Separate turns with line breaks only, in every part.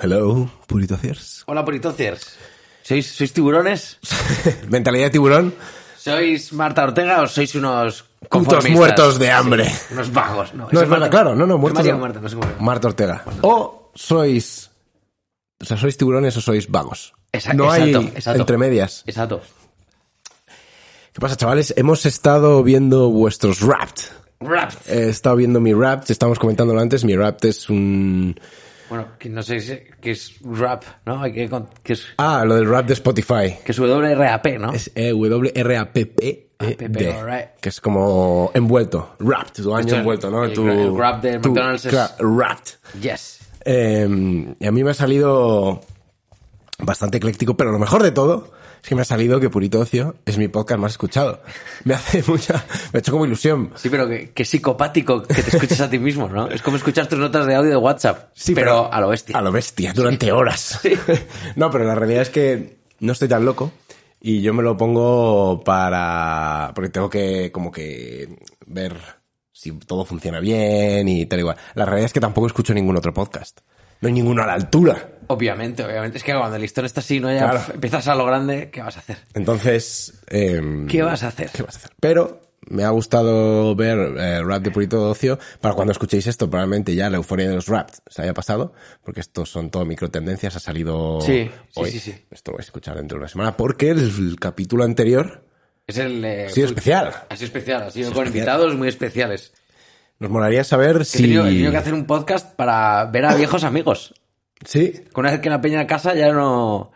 Hello, puritociers.
Hola, puritociers. ¿Sois, ¿Sois tiburones?
Mentalidad de tiburón,
¿Sois Marta Ortega o sois unos
putos
conformistas?
muertos de hambre.
Unos vagos, ¿no?
No,
Eso
es Marta,
Marta-
claro, no, no,
Yo
muertos.
me llamo
no.
Marta, no sé cómo se llama.
Marta Ortega. O sois. O sea, sois tiburones o sois vagos.
Exa-
no hay
exacto, exacto.
entre medias.
Exacto.
¿Qué pasa, chavales? Hemos estado viendo vuestros rapt.
Rapt.
He estado viendo mi rapt, estamos comentándolo antes. Mi rapt es un.
Bueno, que no sé si- qué es rap, ¿no? Hay Que, con- que es,
Ah, lo del rap de Spotify.
que es WRAP, ¿no?
Es E E-W-R-A-P-P.
APP, alright.
E Que es como envuelto. Wrapped, tu año
Esto es
envuelto, ¿no?
el
Tu-
gra- el wrap de
tu-
McDonald's es-
claro, wrapped.
Yes.
Eh, y a mí me ha salido bastante ecléctico, pero lo mejor de todo es que me ha salido que Purito Ocio es mi podcast más escuchado. Me hace mucha, me ha hecho como ilusión.
Sí, pero que, que psicopático que te escuches a ti mismo, ¿no? Es como escuchar tus notas de audio de WhatsApp.
Sí,
pero, a lo bestia.
A lo bestia, durante horas. no, pero la realidad es que no estoy tan loco y yo me lo pongo para... porque tengo que como que ver si todo funciona bien y tal igual. La realidad es que tampoco escucho ningún otro podcast. No hay ninguno a la altura.
Obviamente, obviamente. Es que cuando el listón está así, ¿no? Ya
Claro.
pf, empiezas a lo grande, ¿qué vas a hacer?
Entonces... em,
¿Qué vas a hacer?
¿Qué vas a hacer? Pero me ha gustado ver eh, Rap de Purito de Ocio. Para cuando escuchéis esto, probablemente ya la euforia de los raps se haya pasado, porque estos son todo microtendencias, ha salido
Sí, sí,
hoy.
sí, sí.
Esto lo vais a escuchar dentro de una semana, porque el, el capítulo anterior
Es el... eh,
ha sido
full-
especial.
Ha sido especial, ha sido con invitados muy especiales.
Nos molaría saber
He
si...
tenido, he tenido que hacer un podcast para ver a viejos amigos.
Sí,
Que Una vez que la peña a casa ya no...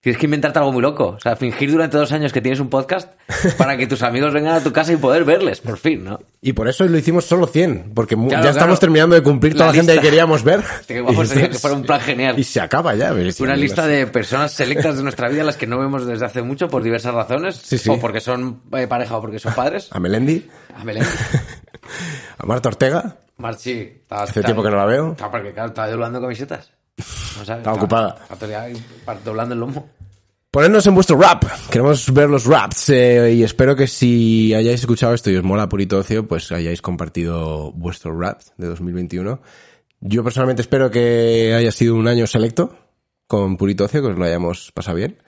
Tienes que inventarte algo muy loco. O sea, fingir durante dos años que tienes un podcast para que tus amigos vengan a tu casa y poder verles, por fin, ¿no?
y por eso lo hicimos solo 100, porque mu-
Claro,
ya
claro.
estamos terminando de cumplir
La
toda la, gente que
lista. Este
queríamos ver.
Que guapo
Y
sería
esto
que
es-
fuera un plan genial.
Y se acaba ya. pero sí,
Una
no
lista
sé.
de personas selectas de nuestra vida, las que no vemos desde hace mucho por diversas razones,
Sí, sí.
o porque son eh, pareja o porque son padres.
A Melendi,
A Belén.
a Marta Ortega,
Marchi, estaba-
hace tiempo que no la veo.
Estaba, porque, claro, estaba doblando camisetas. No sabes,
Estaba ocupada.
estaba todo el día ahí, pa- doblando el lomo.
Ponernos en vuestro rap. Queremos ver los raps eh, y espero que si hayáis escuchado esto y os mola Purito Ocio, pues hayáis compartido vuestro rap de 2021. Yo personalmente espero que haya sido un año selecto con Purito Ocio, que os lo hayamos pasado bien.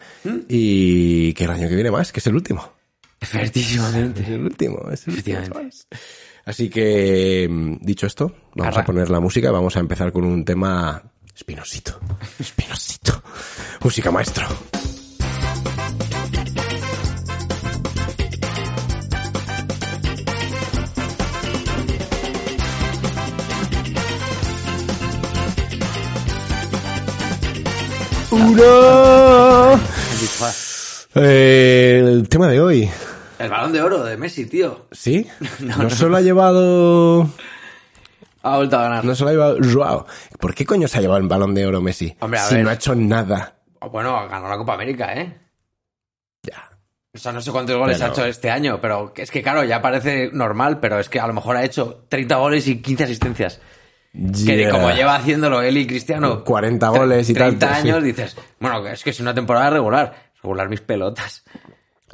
Y que el año que viene más, que es el último. Es
Efectivamente.
el último, es el último.
Efectivamente.
Así que, mm, dicho esto, vamos
Arra.
a poner la música. y Vamos a empezar con un tema espinosito. Espinosito. Música maestro. Uno. Eh, el tema de hoy.
El balón de oro de Messi, tío.
¿Sí? No, solo ha llevado.
Ha vuelto a ganar.
No solo ha llevado. Joao. ¿Por qué coño se ha llevado el balón de oro Messi?
Hombre, a
si
ver.
no ha hecho nada.
Oh, Bueno, ganó la Copa América, ¿eh?
Ya.
O sea, no sé cuántos goles
Pero-
ha hecho este año, pero es que, claro, ya parece normal, pero es que a lo mejor ha hecho 30 goles y 15 asistencias. Que de
Yeah.
como lleva haciéndolo él y Cristiano.
40
tre-
goles y
30
tanto, sí.
años, dices, bueno, es que es una temporada regular. Regular mis pelotas.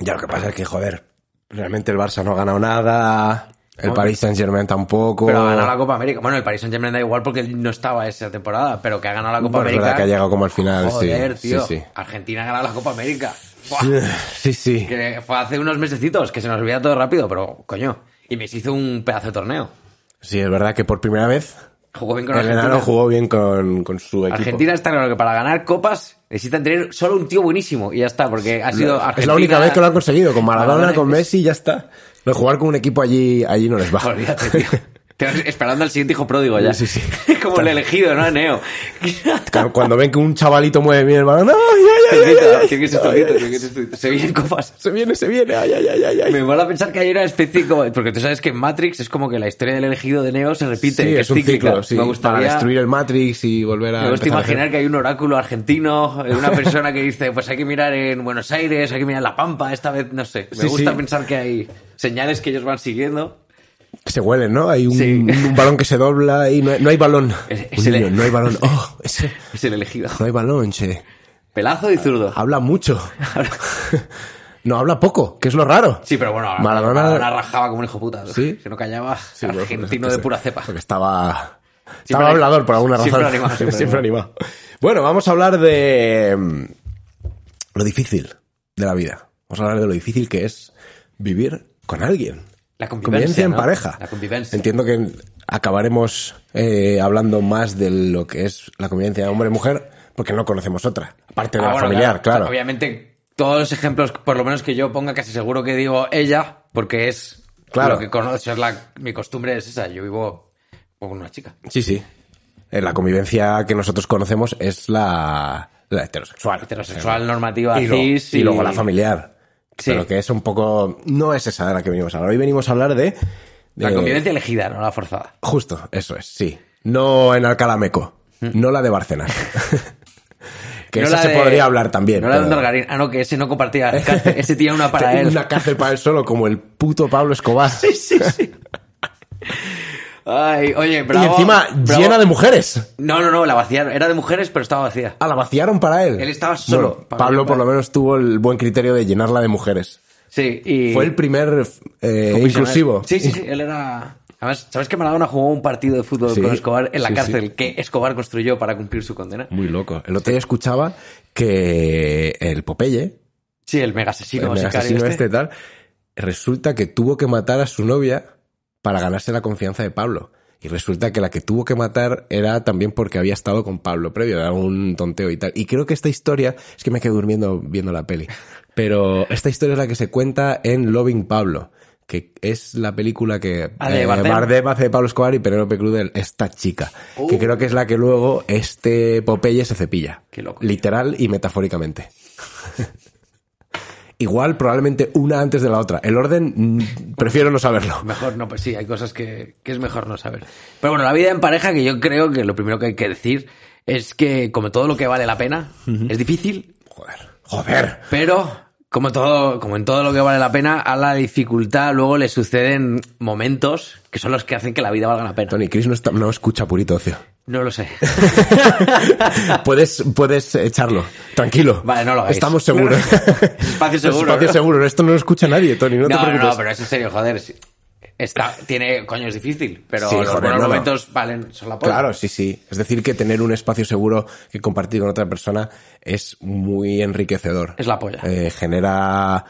Ya lo que pasa es que, joder, realmente el Barça no ha ganado nada. El
Hombre.
Paris Saint Germain tampoco.
Pero ha ganado la Copa América. Bueno, el Paris Saint Germain da igual porque él no estaba esa temporada, pero que ha ganado la Copa
Bueno, es
América.
Pues verdad que ha llegado como al final. sí,
Joder, tío.
Sí,
Argentina ha ganado la Copa América. Buah.
sí. Sí, sí.
Que fue hace unos mesecitos, que se nos olvida todo rápido, pero coño. Y me hizo un pedazo de torneo.
Sí, es verdad que por primera vez
Jugó bien con
el
Argentina.
enano jugó bien con, con su equipo.
Argentina está claro que para ganar copas necesitan tener solo un tío buenísimo y ya está, porque ha sido Argentina.
Es la única vez que lo han conseguido. Con Maradona,
Maradona,
con
es-
Messi, ya está. Lo de jugar con un equipo allí, allí no les va.
Olvídate, tío. Te vas Esperando al siguiente hijo pródigo ya.
Sí, sí,
Como el elegido, ¿no? Neo.
Cuando- Cuando ven que un chavalito mueve bien el balón, ¡ay, ay, ay, ay, ay,
Tiene
ay!
que ser estudiante, tiene que ser estudiante. Se vienen copas.
Se viene, se viene, ay, ay, ay, ay, ay.
Me mola pensar que hay una especie como... Porque tú sabes que en Matrix es como que la historia del elegido de Neo se repite.
Sí,
que
es un
cíclica.
ciclo, sí.
Me gustaría...
Para destruir el Matrix y volver a.
Me gusta
empezar a hacer-
imaginar que hay un oráculo argentino, eh, una persona que dice, pues hay que mirar en Buenos Aires, hay que mirar en La Pampa, esta vez no sé. Me
Sí,
gusta
sí.
pensar que hay señales que ellos van siguiendo.
Que se huelen, ¿no? Hay un,
Sí.
un balón que se dobla y no hay, no hay balón.
Es-
Un
es el-
niño, no hay balón. Oh, ese-
Es el elegido.
no hay balón, che.
Pelazo y zurdo.
Habla mucho. no, habla poco, que es lo raro.
Sí, pero bueno, ahora-
Maradona-
Maradona rajaba como un hijo puta.
Sí.
Que no callaba.
Sí, bueno,
argentino
pues,
de pura cepa. Ah,
Porque estaba.
Siempre
Estaba
anim-
hablador por alguna razón.
siempre animado, siempre
animado. Bueno, vamos a hablar de. mm, Lo difícil de la vida. Vamos a hablar de lo difícil que es vivir con alguien.
La convivencia,
en
¿no?
pareja.
La convivencia.
Entiendo que acabaremos eh, hablando más de lo que es la convivencia hombre-mujer, porque no conocemos otra. Aparte de
Ah,
la
bueno,
familiar,
claro.
claro.
O sea, obviamente, todos los ejemplos, por lo menos que yo ponga, casi seguro que digo ella, porque es
Claro.
lo que conozco. Es la, mi costumbre es esa. Yo vivo con una chica.
Sí, sí. Eh, La convivencia que nosotros conocemos es la, la heterosexual.
Heterosexual, normativa,
y, luego-
cis.
y luego la familiar.
Sí.
Pero que es un poco... No es esa de la que venimos a hablar. Hoy venimos a hablar de...
La
de-
convivencia elegida, no la forzada.
Justo, eso es, sí. No en Alcalameco. No la de Barcenas. que
No
esa
la
se
de-
podría hablar también.
No la de
pero-
un Dargarín. Ah, no, que ese no compartía cárcel. Ese tenía una para
Tenía
él.
Una cárcel para él solo, como el puto Pablo Escobar.
Sí, sí. Ay, oye,
y
bravo.
encima
bravo.
llena de mujeres.
No, no, no, la vaciaron. Era de mujeres, pero estaba vacía.
Ah, la vaciaron para él.
Él estaba solo.
Bueno,
Pablo
Pablo por
Escobar.
lo menos tuvo el buen criterio de llenarla de mujeres.
Sí, y...
Fue el primer eh, inclusivo.
Sí, sí, sí, él era... Además, ¿sabes que Maradona jugó un partido de fútbol
Sí,
con Escobar en la
sí,
cárcel
sí.
que Escobar construyó para cumplir su condena?
Muy loco. El otro día escuchaba que el Popeye,
Sí, el mega asesino,
el asesino este. tal, resulta que tuvo que matar a su novia para ganarse la confianza de Pablo. Y resulta que la que tuvo que matar era también porque había estado con Pablo previo, era un tonteo y tal. Y creo que esta historia, es que me quedé durmiendo viendo la peli, pero esta historia es la que se cuenta en Loving Pablo, que es la película que eh,
Ah, de Bardem.
hace de Pablo Escobar y Penélope Cruz de esta chica,
Uh.
que creo que es la que luego este Popeye se cepilla.
Qué loco.
Literal y metafóricamente. Igual, probablemente una antes de la otra. El orden, mm, prefiero no saberlo.
Mejor no, pues sí, hay cosas que, que es mejor no saber. Pero bueno, la vida en pareja, que yo creo que lo primero que hay que decir es que, como todo lo que vale la pena, es difícil,
Joder. Joder.
pero como, todo, como en todo lo que vale la pena, a la dificultad luego le suceden momentos que son los que hacen que la vida valga la pena.
Tony, Chris no, está- no escucha purito ocio.
No lo sé.
Puedes, puedes echarlo. Tranquilo.
Vale, no lo hagáis.
Estamos seguros.
Espacio seguro.
Espacio
¿no?
seguro. Esto no lo escucha nadie, Tony. No,
No,
te
no,
preocupes.
pero es en serio, joder. sí. Está, tiene, coño, es difícil, pero
Sí,
los
joder,
buenos
no, no.
momentos valen, son la polla.
Claro, sí, sí. Es decir, que tener un espacio seguro que compartir con otra persona es muy enriquecedor.
Es la polla.
Eh, genera.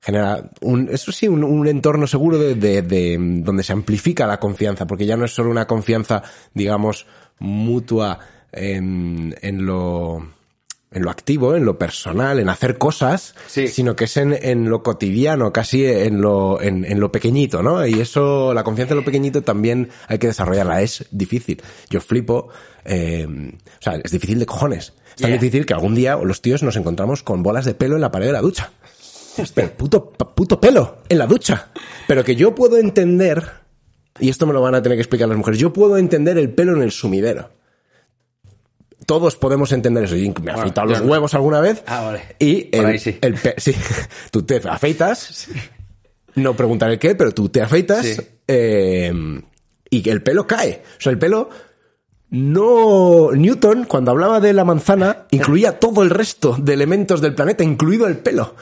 Genera un, eso sí, un, un entorno seguro de, de- de- donde se amplifica la confianza, porque ya no es solo una confianza, digamos, mutua en, en lo en lo activo, en lo personal, en hacer cosas,
Sí.
sino que es en, en lo cotidiano, casi en lo, en, en lo pequeñito, ¿no? Y eso, la confianza en lo pequeñito también hay que desarrollarla, es difícil. Yo flipo, eh, o sea, es difícil de cojones. Es tan
Yeah.
difícil que algún día los tíos nos encontramos con bolas de pelo en la pared de la ducha. Pero puto, pa- puto pelo en la ducha. Pero que yo puedo entender, y esto me lo van a tener que explicar las mujeres, yo puedo entender el pelo en el sumidero. Todos podemos entender eso. Y me he
Bueno,
afeitado
yo
los
no.
huevos alguna vez.
Ah, vale.
Y
Por
el,
ahí sí.
el pe- sí. tú te afeitas. No preguntar el qué, pero tú te afeitas.
Sí.
eh, y el pelo cae. O sea, el pelo no. Newton, cuando hablaba de la manzana, incluía todo el resto de elementos del planeta, incluido el pelo.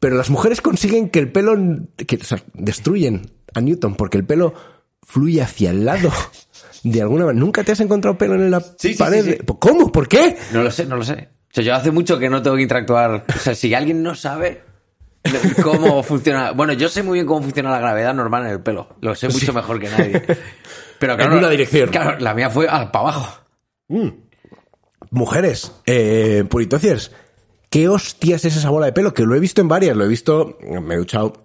Pero las mujeres consiguen que el pelo. Que, o sea, destruyen a Newton porque el pelo fluye hacia el lado. De alguna manera. ¿Nunca te has encontrado pelo en la
Sí, sí,
pared?
sí, sí.
¿Cómo? ¿Por qué?
No lo sé, no lo sé. O sea, yo hace mucho que no tengo que interactuar. O sea, si alguien no sabe lo- cómo funciona. Bueno, yo sé muy bien cómo funciona la gravedad normal en el pelo. Lo sé mucho mejor que nadie. Pero claro,
En una dirección.
Claro, la mía fue al, para abajo.
Mujeres, eh, puritocias, ¿qué hostias es esa bola de pelo? Que lo he visto en varias, lo he visto, me he duchado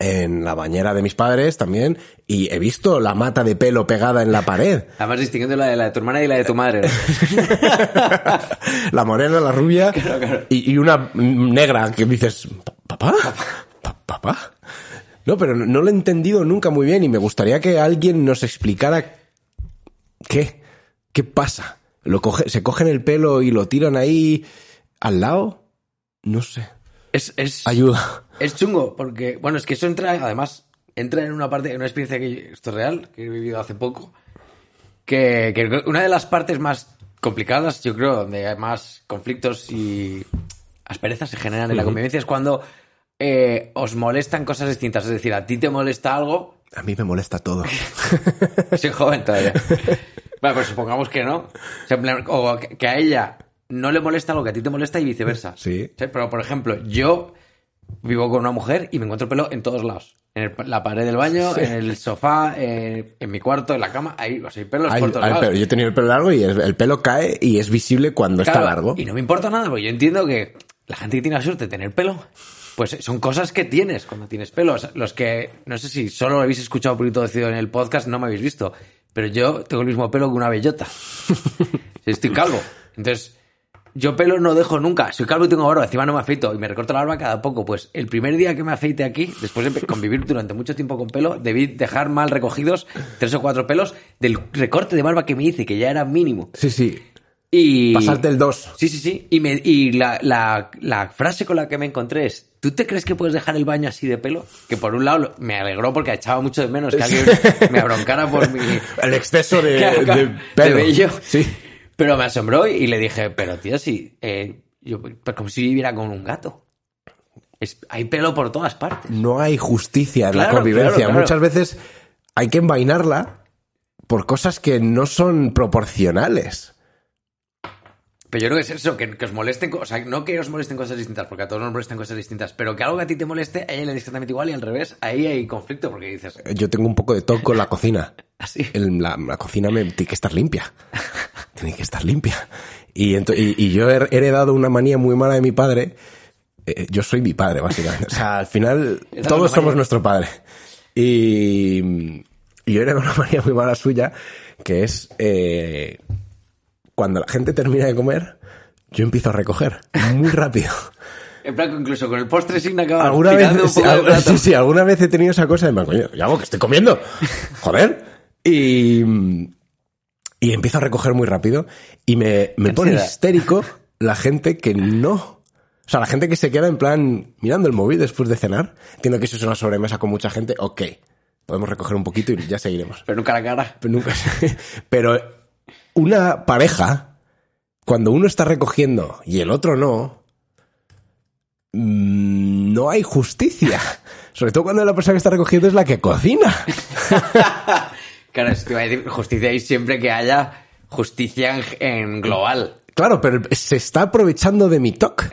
en la bañera de mis padres también y he visto la mata de pelo pegada en la pared.
Además, distinguiendo la de, la de tu hermana y la de tu madre.
la morena, la rubia Y, y una negra que dices, ¿papá? Pa- ¿Papá? No, pero no lo he entendido nunca muy bien y me gustaría que alguien nos explicara qué, qué pasa. Lo coge, se cogen el pelo y lo tiran ahí al lado. No sé.
Es, es,
Ayuda.
es chungo, porque, bueno, es que eso entra, además, entra en una parte, en una experiencia que yo- esto es real, que he vivido hace poco, que, que una de las partes más complicadas, yo creo, donde hay más conflictos y asperezas se generan en la convivencia, es cuando eh, os molestan cosas distintas. Es decir, a ti te molesta algo
A mí me molesta todo.
Soy joven todavía. Bueno, pues supongamos que no. O, sea, en plan, o que que a ella no le molesta lo que a ti te molesta y viceversa.
Sí.
Pero, por ejemplo, yo vivo con una mujer y me encuentro pelo en todos lados. En el- la pared del baño, en el sofá, eh, en mi cuarto, en la cama. Ahí, o sea, hay pelos
Hay-
por todos
hay
lados.
pelo. Yo he tenido el pelo largo y el, el pelo cae y es visible cuando
Claro,
está largo.
Y no me importa nada, porque yo entiendo que la gente que tiene la suerte de tener pelo, pues son cosas que tienes cuando tienes pelo. O sea, los que, no sé si solo habéis escuchado Purito Decido en el podcast, no me habéis visto, pero yo tengo el mismo pelo que una bellota. Estoy calvo. Entonces, yo pelo no dejo nunca. Soy calvo y tengo barba. Encima no me afeito y me recorto la barba cada poco. Pues el primer día que me afeite aquí, después de convivir durante mucho tiempo con pelo, debí dejar mal recogidos tres o cuatro pelos del recorte de barba que me hice, que ya era mínimo.
Sí, sí.
Y...
Pasarte el 2.
Sí, sí, sí. Y, me, y la, la- la frase con la que me encontré es, ¿tú te crees que puedes dejar el baño así de pelo? Que por un lado lo- me alegró porque echaba mucho de menos que alguien me abroncara por mi...
El exceso de,
Claro, claro,
de
de
pelo.
vello.
Sí.
Pero me asombró y le dije, pero tío, sí, eh, yo, pues como si viviera con un gato. Es- hay pelo por todas partes.
no hay justicia en la
Claro,
convivencia.
claro, claro.
Muchas veces hay que envainarla por cosas que no son proporcionales.
Pero yo creo que es eso, que, que os molesten, co- o sea, no que os molesten cosas distintas, porque a todos nos molestan cosas distintas, pero que algo que a ti te moleste, a ella le dice exactamente igual y al revés, ahí hay conflicto porque dices,
Yo tengo un poco de toque con la cocina.
así.
En la, la cocina me- tiene que estar limpia. Tiene que estar limpia. Y, ento- y- y yo he her- he heredado una manía muy mala de mi padre. Eh, yo soy mi padre, básicamente. O sea, al final
Heredado una
todos somos
manía.
nuestro padre. Y, y yo heredo una manía muy mala suya, que es eh, cuando la gente termina de comer, yo empiezo a recoger muy rápido.
En plan, incluso con el postre sin acabar.
¿Alguna vez,
tirando un
sí,
poco del
al-
plato.
sí, sí, alguna vez he tenido esa cosa de, "Man, coño, ¿qué hago? que estoy comiendo? Joder. Y, y empiezo a recoger muy rápido y me, me
Qué
pone
ansiedad.
histérico la gente que no... O sea, la gente que se queda en plan mirando el móvil después de cenar. Entiendo que eso es una sobremesa con mucha gente. Ok, podemos recoger un poquito y ya seguiremos.
Pero nunca la cara.
Pero nunca sé. Pero una pareja, cuando uno está recogiendo y el otro no, mm, no hay justicia. Sobre todo cuando la persona que está recogiendo es la que cocina.
Claro, eso te iba a decir justicia ahí siempre que haya justicia en, en global.
Claro, pero se está aprovechando de mi toque.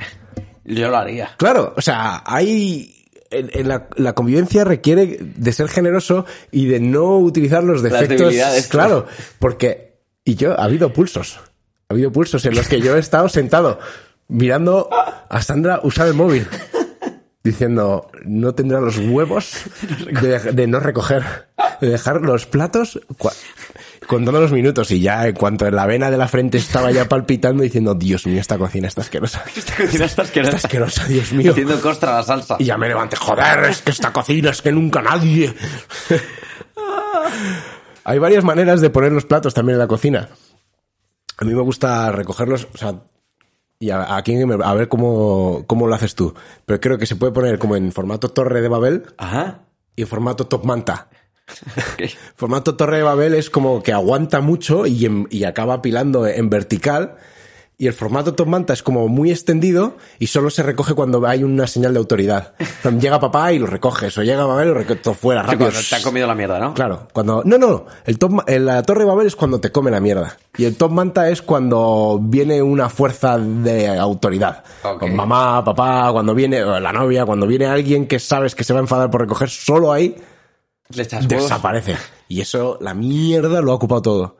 Yo lo haría.
Claro, o sea, hay... En, en la, la convivencia requiere de ser generoso y de no utilizar los defectos.
debilidades.
Claro, porque... Y yo, ha habido pulsos. Ha habido pulsos en los que yo he estado sentado mirando a Sandra usar el móvil. Diciendo, no tendrá los huevos de, de no recoger. De dejar los platos cua- contando los minutos. Y ya, en cuanto en la vena de la frente estaba ya palpitando, diciendo, Dios mío, esta cocina está asquerosa.
Esta cocina está asquerosa.
Está asquerosa, Dios mío.
Haciendo costra la salsa.
Y ya me levanté, joder, es que esta cocina es que nunca nadie. Hay varias maneras de poner los platos también en la cocina. A mí me gusta recogerlos, o sea, y a, aquí me- a ver cómo, cómo lo haces tú. Pero creo que se puede poner como en formato torre de Babel
Ajá.
y en formato top manta.
Ok.
Formato torre de Babel es como que aguanta mucho y, en- y acaba apilando en vertical. Y el formato top manta es como muy extendido y solo se recoge cuando hay una señal de autoridad. O sea, Llega papá y lo recoges, o llega Babel y lo recoges todo fuera,
Sí,
rápido.
cuando te ha comido la mierda, ¿no?
pues, Claro, cuando... No, no, el top, ma- eh, la torre de Babel es cuando te come la mierda. Y el top manta es cuando viene una fuerza de autoridad.
Ok.
Con mamá, papá, cuando viene o la novia, cuando viene alguien que sabes que se va a enfadar por recoger, solo ahí
Le echas huevos.
desaparece. Y eso, la mierda lo ha ocupado todo.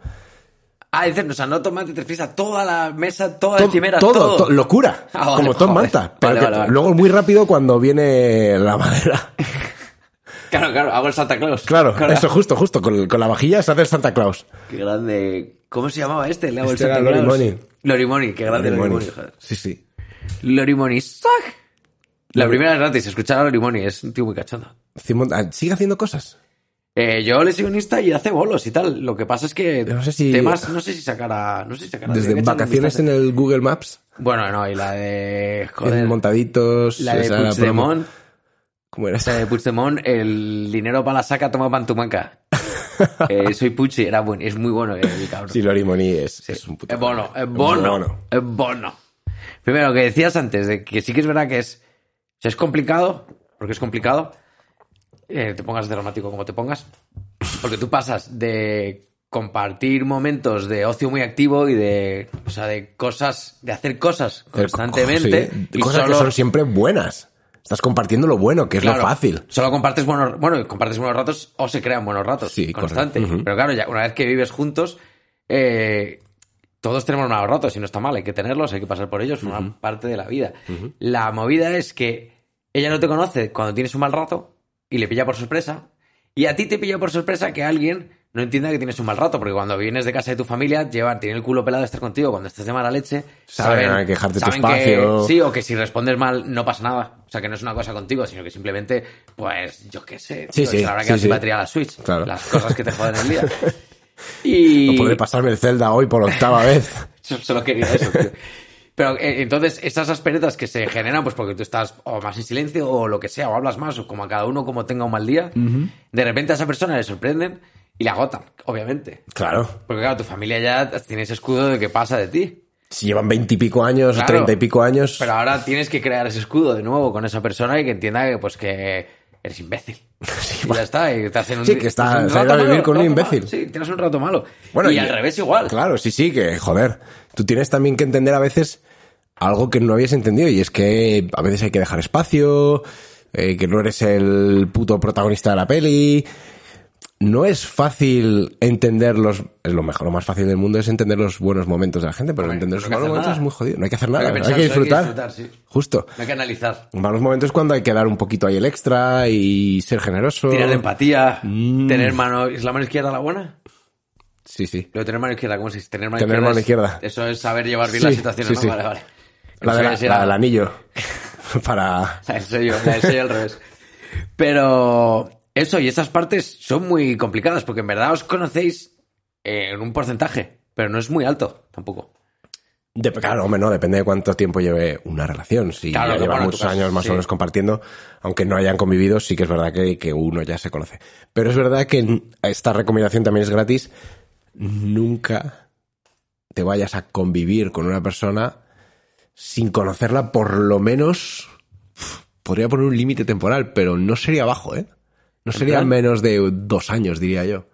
Ah, dices, o sea, no tomate, te refieres a toda la mesa, toda
To-
la encimera,
todo,
todo.
to- locura.
Ah, vale,
como Tom
joder.
Manta. Pero
Vale,
que
vale, vale.
luego muy rápido cuando viene la madera.
Claro, claro, hago el Santa Claus.
Claro,
Con la-
eso justo, justo. Con, con la vajilla se hace el Santa Claus.
Qué grande. ¿Cómo se llamaba este? Le hago
Este
el Santa
era Lori
Claus.
Money.
Lori Money, qué grande Lori Money. joder.
Sí, sí.
Lori Money, ¡sac! La primera es gratis, escuchar a Lori Money, es un tío muy cachondo.
Simón, ah, Sigue haciendo cosas.
Eh, yo le sigo en Insta y hace bolos y tal. Lo que pasa es que
No sé si-
temas, no sé si sacará, no sé si sacará.
Desde
Tendría que echarle un
vacaciones en
vistazo.
el Google Maps,
Bueno, no, y la de,
en
joder,
montaditos.
la de
esa promo.
Puigdemont,
¿Cómo era
la
esa?
de Puigdemont, el dinero para la saca toma pan tu manca. Eh, soy Puchi, era bueno, es muy bueno eh, el cabrón.
Sí, Lori Moni es, es un puto.
Es bono, es
un
bono, es bono. Primero, lo que decías antes, de que sí que es verdad que es, o sea, es complicado, porque es complicado, eh, te pongas dramático como te pongas, porque tú pasas de compartir momentos de ocio muy activo y de, o sea, de cosas, de hacer cosas
Pero co-
constantemente.
sí,
y
cosas
solo-
que son siempre buenas. Estás compartiendo lo bueno, que es lo
Claro,
fácil.
Solo compartes buenos, bueno, compartes buenos ratos o se crean buenos ratos.
Sí,
constante.
correcto. Ujú.
Pero claro, ya una vez que vives juntos, eh, todos tenemos malos ratos y no está mal, hay que tenerlos, hay que pasar por ellos, forman parte de la vida. La movida es que ella no te conoce cuando tienes un mal rato y le pilla por sorpresa. Y a ti te pilla por sorpresa que alguien no entienda que tienes un mal rato, porque cuando vienes de casa de tu familia, llevan, tienen el culo pelado de estar contigo. Cuando estás de mala leche,
Saben,
saben,
hay que dejarte tu
saben
espacio.
sí, o que si respondes mal no pasa nada. O sea, que no es una cosa contigo, sino que simplemente, pues, yo qué sé.
Sí,
tío,
sí,
es la hora que
sí,
vas sin
sí.
batería a la Switch.
Claro.
Las cosas que te joden el día. Y...
No podré pasarme el Zelda hoy por octava vez.
Yo Solo quería eso, tío. Pero eh, entonces, esas asperetas que se generan, pues porque tú estás o más en silencio o lo que sea, o hablas más, o como a cada uno como tenga un mal día, de repente a esa persona le sorprenden y la agotan, obviamente.
Claro.
Porque claro, tu familia ya tiene ese escudo de que pasa de ti.
Si llevan veintipico años,
Claro.
treinta y pico años.
Pero ahora tienes que crear ese escudo de nuevo con esa persona y que entienda que, pues, que eres imbécil. y ya está, y te hacen un
Sí,
di- pues,
que está-
un
se ha ido
rato
a vivir con un
rato
imbécil.
malo. Sí, tienes un rato malo.
Bueno,
y, al revés igual.
Claro, sí, sí, que joder. Tú tienes también que entender a veces algo que no habías entendido y es que a veces hay que dejar espacio, eh, que no eres el puto protagonista de la peli. No es fácil entender los... Es lo mejor, lo más fácil del mundo es entender los buenos momentos de la gente, pero
Hombre,
entender
no
sus
hay que
malos
hacer
momentos
nada.
es muy jodido. No hay que hacer
No hay
nada,
que
hay que,
pensar, solo hay que
disfrutar.
disfrutar, sí.
Justo.
No hay que analizar.
Malos momentos es cuando hay que dar un poquito ahí el extra y ser generoso.
Tirar de empatía,
Mm.
tener mano... ¿Es la mano izquierda la buena?
Sí, sí.
Lo de tener mano izquierda, ¿cómo se dice? Tener mano
Tener
izquierda.
mano
es-
izquierda.
Eso es saber llevar bien
Sí,
la situación,
sí,
¿no?
sí.
Vale, vale.
La, de la-
Eso ya
la
era-
del anillo. Para...
O sea, el sello, la del sello al revés. Pero eso y esas partes son muy complicadas porque en verdad os conocéis eh, en un porcentaje, pero no es muy alto tampoco.
Dep- claro, hombre, no, depende de cuánto tiempo lleve una relación. Si
Claro,
ya
que
llevan
bueno, en tu
muchos
caso,
años más
sí.
o menos compartiendo, aunque no hayan convivido, sí que es verdad que, que uno ya se conoce. Pero es verdad que en- esta recomendación también es gratis. Nunca te vayas a convivir con una persona sin conocerla, por lo menos. Podría poner un límite temporal, pero no sería bajo, ¿eh? No sería
plan?
menos de dos años, diría yo.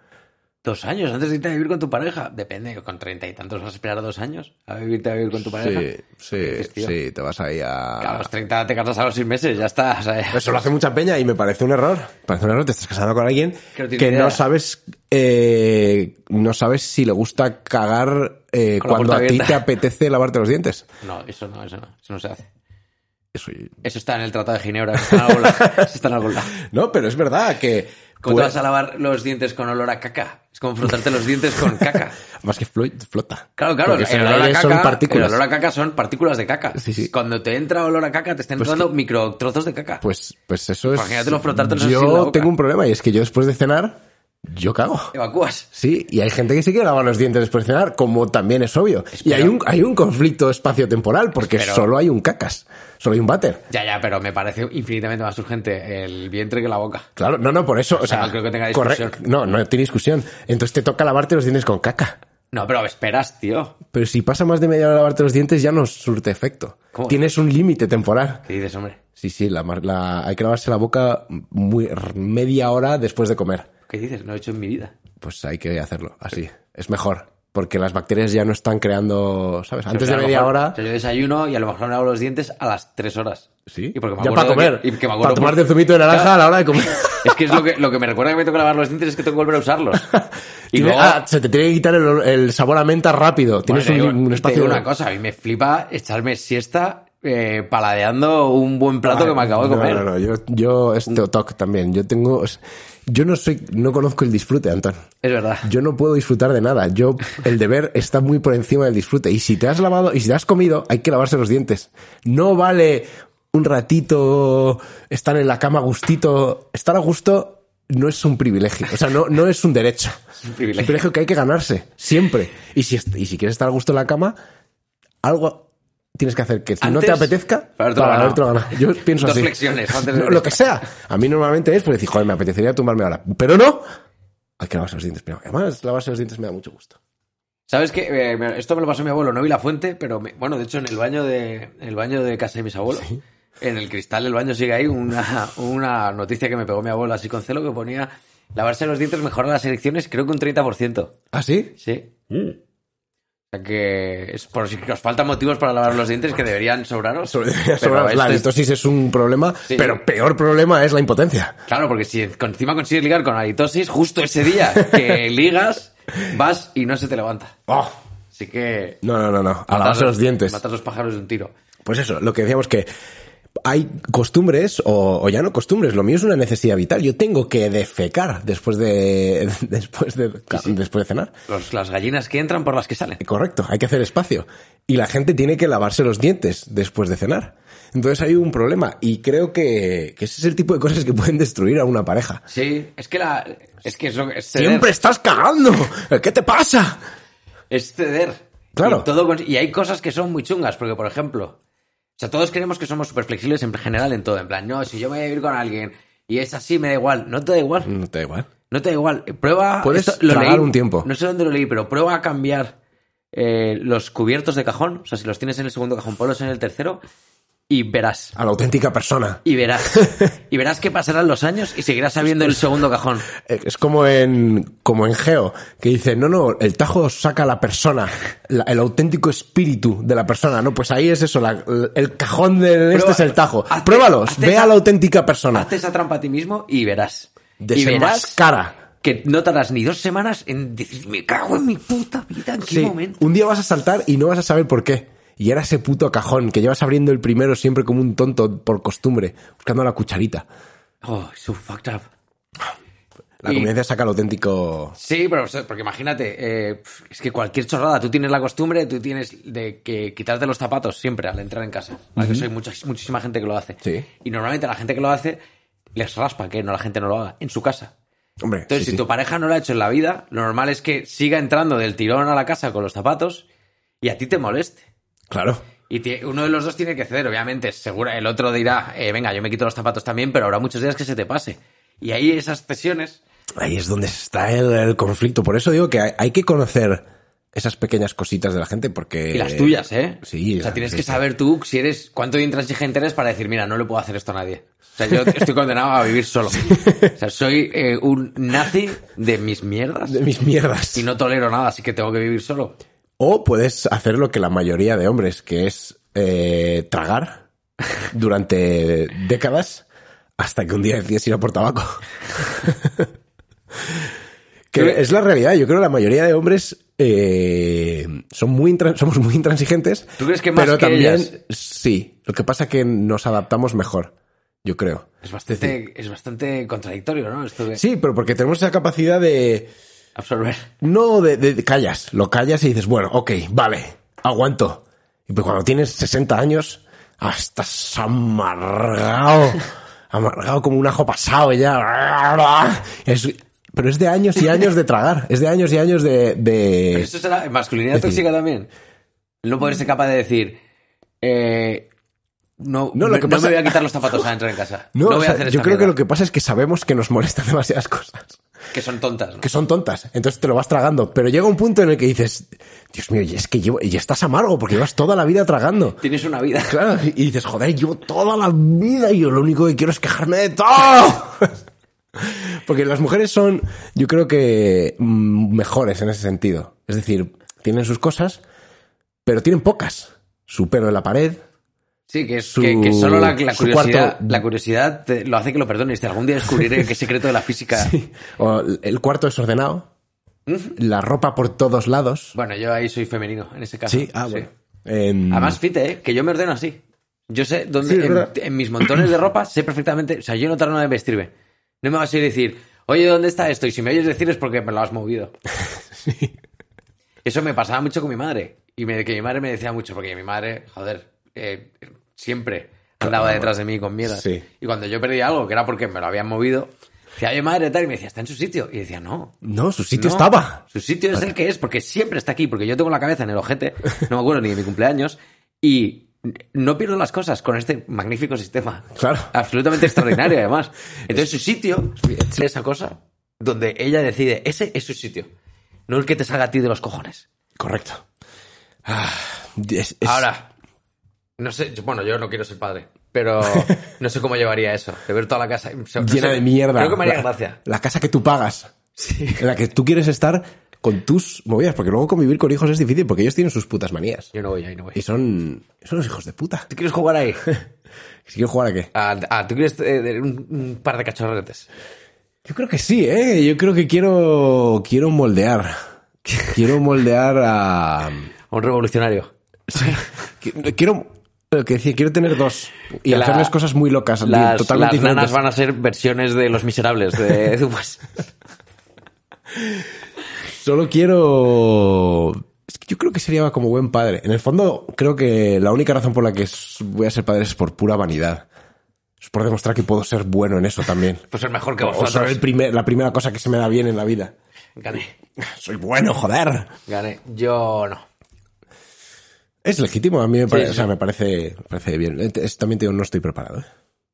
Dos años antes de irte a vivir con tu pareja. Depende, con treinta y tantos vas a esperar dos años a vivirte a vivir con tu pareja.
Sí, sí,
dices, tío?
sí, te vas ahí a.
Claro, a los 30 te casas a los seis meses, ya está. o sea, ya-
Eso lo hace mucha peña y me parece un error. Me Parece un error, te estás casando con alguien
Que no
que,
tiene idea.
no sabes eh, no sabes si le gusta cagar eh,
Con la
cuando a
puerta
ti
abierta.
te apetece lavarte los dientes.
No, eso no, eso no, eso no se hace.
Eso-
Eso está en el Tratado de Ginebra, eso está en algún lado. Eso está en algún lado.
no, pero es verdad que...
¿Cómo
puede-
te vas a lavar los dientes con olor a caca? Es como frotarte los dientes con caca.
Más que flo- flota.
Claro, claro,
Porque
el
eso en el
olor, a
aire
caca,
son partículas.
el olor a caca son partículas de caca.
Sí, sí.
Cuando te entra olor a caca, te están
Pues
entrando micro trozos de caca.
Pues, pues eso es...
Imagínatelo frotártelo así en la
Yo
boca.
tengo un problema y es que yo después de cenar, yo cago.
Evacúas.
Sí, y hay gente que se quiere lavar los dientes después de cenar, como también es obvio. Y
Espero.
hay un, hay un conflicto espaciotemporal porque
Espero.
solo hay un cacas, solo hay un váter.
Ya, ya, pero me parece infinitamente más urgente el vientre que la boca.
Claro, no, no, por eso, o
sea,
sea,
no creo que tenga
corre-
discusión.
No, no tiene discusión. Entonces te toca lavarte los dientes con caca.
No, pero esperas, tío.
Pero si pasa más de media hora lavarte los dientes ya no surte efecto.
¿Cómo?
Tienes un límite temporal.
¿Qué dices, hombre?
Sí, sí, la, mar- la- hay que lavarse la boca muy, media hora después de comer.
¿Qué dices? No lo he hecho en mi vida.
Pues hay que hacerlo así. Es mejor. Porque las bacterias ya no están creando, ¿sabes? Antes
Pero
de
a lo
media
mejor-
hora...
o sea, yo desayuno y a lo mejor me lavo los dientes a las 3 horas.
Sí,
Y porque me
ya para
acuerdo
comer.
que- y que me acuerdo
para
por-
tomarte el zumito de naranja a la hora de comer.
Es que es lo que, lo que me recuerda que me toca lavar los dientes es que tengo que volver a usarlos. Y
Tiene-
luego,
ah, se te tiene que quitar el, el sabor a menta rápido. Tienes
Bueno,
un,
te digo-
un
te
espacio...
digo una cosa, a mí me flipa echarme siesta eh, paladeando un buen plato que me acabo de
No,
comer. Mm.
No, no, yo, yo es TOC también. Yo tengo. o sea, Yo no soy, no conozco el disfrute, Antón.
Es verdad.
Yo no puedo disfrutar de nada. Yo, el deber está muy por encima del disfrute. Y si te has lavado y si te has comido, hay que lavarse los dientes. No vale un ratito estar en la cama a gustito. Estar a gusto no es un privilegio. O sea, no, no es un derecho. Es
un privilegio.
que hay que ganarse. Siempre. Y si, est- y si quieres estar a gusto en la cama, algo tienes que hacer que si no
Antes,
te apetezca,
para haberte
para
ganado.
haberte ganado. Yo pienso
Dos
así.
flexiones antes de-
No, lo que sea. A mí normalmente es por decir, joder, me apetecería tumbarme ahora. Pero no. Hay que lavarse los dientes primero. Además, lavarse los dientes me da mucho gusto.
¿Sabes qué? Eh, me- esto me lo pasó mi abuelo, no vi la fuente, pero me- bueno, de hecho en el baño de en el baño de casa de mis abuelos, en el cristal del baño sigue ahí una, una noticia que me pegó mi abuelo así con celo que ponía lavarse los dientes mejora las erecciones creo que un 30%.
¿Ah, sí?
Sí.
Mm.
O sea que es por si os faltan motivos para lavar los dientes que deberían sobraros.
Sobre-
Pero
sobre- la
esto es-
halitosis es un problema,
Sí.
pero peor problema es la impotencia.
Claro, porque si con- encima consigues ligar con halitosis, justo ese día que ligas, vas y no se te levanta.
Oh.
Así que...
No, no, no, no. A
matas
lavarse los dientes.
Matas los pájaros de un tiro.
Pues eso, lo que decíamos que hay costumbres, o, o ya no costumbres, lo mío es una necesidad vital. Yo tengo que defecar después de, después de, después de cenar.
Los- las gallinas que entran por las que salen.
Correcto, hay que hacer espacio. Y la gente tiene que lavarse los dientes después de cenar. Entonces hay un problema y creo que, que ese es el tipo de cosas que pueden destruir a una pareja.
Sí, es que la es que es lo que es ceder.
Siempre estás cagando. ¿Qué te pasa?
es ceder.
Claro.
Y, todo con- y hay cosas que son muy chungas, porque por ejemplo, o sea, todos creemos que somos súper flexibles en general en todo, en plan, no, si yo me voy a vivir con alguien y es así, me da igual, no te da igual.
No Mm, te da igual.
No te da igual. Eh, Prueba.
Puedes tragar un tiempo.
No sé dónde lo leí, pero prueba a cambiar eh, los cubiertos de cajón. O sea, si los tienes en el segundo cajón, ponlos en el tercero y verás.
A la auténtica persona.
Y verás. y verás que pasarán los años y seguirás abriendo el segundo cajón.
Eh, Es como en, como en Geo, que dice, no, no, el tajo saca a la persona, la- el auténtico espíritu de la persona. No, pues ahí es eso, la- el cajón de este
Prueba-
es el tajo.
hazte-
Pruébalos,
hazte
ve
esa-
a la auténtica persona.
Hazte esa trampa a ti mismo y verás. Y verás
Desenmascara.
que no tardas ni dos semanas en decir, me cago en mi puta vida, ¿en qué
Sí,
momento?
Un día vas a saltar y no vas a saber por qué. Y era ese puto cajón que llevas abriendo el primero siempre como un tonto por costumbre, buscando la cucharita.
Oh, so fucked up.
La
Y-
comunidad saca el auténtico.
Sí, pero o sea, porque imagínate, eh, pf, es que cualquier chorrada, tú tienes la costumbre, tú tienes de que quitarte los zapatos siempre al entrar en casa. Porque hay mucha, muchísima gente que lo hace.
Sí.
Y normalmente la gente que lo hace les raspa que no la gente no lo haga en su casa.
Hombre,
Entonces,
sí,
si
sí.
tu pareja no lo ha hecho en la vida, lo normal es que siga entrando del tirón a la casa con los zapatos y a ti te moleste.
claro.
Y ti- uno de los dos tiene que ceder, obviamente. Seguro, el otro dirá, eh, venga, yo me quito los zapatos también, pero habrá muchos días que se te pase. Y ahí esas cesiones
Ahí es donde está el, el conflicto. Por eso digo que hay, hay que conocer esas pequeñas cositas de la gente porque...
Y las tuyas, ¿eh?
Sí.
O sea, tienes
sí,
que
sí.
saber tú si eres cuánto de intransigente eres para decir, mira, no le puedo hacer esto a nadie. O sea, yo estoy condenado a vivir solo. O sea, soy eh, un nazi de mis mierdas
De mis mierdas.
y no tolero nada, así que tengo que vivir solo.
O puedes hacer lo que la mayoría de hombres, que es eh, tragar durante décadas hasta que un día decides ir a por tabaco. que es la realidad. Yo creo que la mayoría de hombres eh, son muy intran- somos muy intransigentes.
¿Tú crees que más
Pero
que
también,
ellas?
sí. Lo que pasa es que nos adaptamos mejor, yo creo.
Es bastante, es bastante contradictorio, ¿no? Esto de
Sí, pero porque tenemos esa capacidad de...
absorber.
No, de, de- callas, lo callas y dices, bueno, ok, vale, aguanto. Y pues cuando tienes 60 años, ah, estás amargado, amargado como un ajo pasado ya. Es- pero es de años y años de tragar, es de años y años de... de-
Pero esto será masculinidad
decir-
tóxica también. El No poder ser capaz de decir, eh, no,
No,
no,
lo que pasa-
me voy a quitar los zapatos a entrar en casa. No, voy
o sea,
a hacer
yo
esta
creo que
mierda,
lo que pasa es que sabemos que nos molestan demasiadas cosas,
que son tontas, ¿no?
que son tontas, entonces te lo vas tragando, pero llega un punto en el que dices, Dios mío, y es que llevo, y estás amargo porque llevas toda la vida tragando.
Tienes una vida.
Claro, y dices, joder, llevo toda la vida y yo lo único que quiero es quejarme de todo. Porque las mujeres son, yo creo que mm, mejores en ese sentido. Es decir, tienen sus cosas, pero tienen pocas. Su pelo en la pared.
Sí, que, es,
Su-
que, que solo la, la
su
curiosidad,
cuarto-
la curiosidad te- lo hace que lo perdones. Dice, algún día descubriré qué secreto de la física.
O el cuarto desordenado. La ropa por todos lados.
Bueno, yo ahí soy femenino, en ese caso.
Sí, ah, bueno. Em,
Además, fíjate, ¿eh? que yo me ordeno así. Yo sé
Sí,
dónde,
es
en,
verdad.
en mis montones de ropa, sé perfectamente. O sea, yo no tardo nada en vestirme. No me vas a ir a decir, oye, ¿dónde está esto? Y si me oyes decir es porque me lo has movido. Eso me pasaba mucho con mi madre. Y me- que mi madre me decía mucho, porque mi madre, joder, eh, siempre andaba detrás de mí con mierdas.
Sí.
Y cuando yo perdía algo, que era porque me lo habían movido, decía, oye, madre, tal, y me decía, está en su sitio. Y decía, no.
No, su sitio
no,
estaba.
Su sitio es el que es, porque siempre está aquí, porque yo tengo la cabeza en el ojete, no me acuerdo ni de mi cumpleaños, y no pierdo las cosas con este magnífico sistema.
Claro.
Absolutamente extraordinario, además. Entonces, su sitio es esa cosa donde ella decide, ese es su sitio, no el que te salga a ti de los cojones.
Correcto. Ah, es- es-
Ahora, no sé, yo- bueno, yo no quiero ser padre, pero no sé cómo llevaría eso, de ver toda la casa o sea, no
llena
sé,
de mierda.
Creo que me haría
la,
gracia.
La casa que tú pagas. En la que tú quieres estar con tus movidas, porque luego convivir con hijos es difícil, porque ellos tienen sus putas manías.
Yo no voy, ahí no voy.
Y son, son los hijos de puta.
¿Tú quieres jugar ahí?
Si quiero jugar a qué.
Ah, ah, ¿Tú quieres eh, de- un, un par de cachorretes?
Yo creo que sí, ¿eh? Yo creo que quiero, quiero moldear. Quiero moldear a...
Un revolucionario.
Quiero... Lo que decía, quiero tener dos. Y
La-
hacerles cosas muy locas,
Las,
totalmente
las nanas
diferentes.
van a ser versiones de Los Miserables de pues, Dumas.
Solo quiero. Es que yo creo que sería como buen padre. En el fondo, creo que la única razón por la que s- voy a ser padre es por pura vanidad. Es por demostrar que puedo ser bueno en eso también.
Pues es mejor que
O ser el
vosotros.
primer- la primera cosa que se me da bien en la vida.
Gané.
Soy bueno, joder.
Gané. Yo no.
Es legítimo, a mí me, pare-
sí.
o sea, me parece, me parece bien. Eh, es- también te digo, no estoy preparado. ¿eh?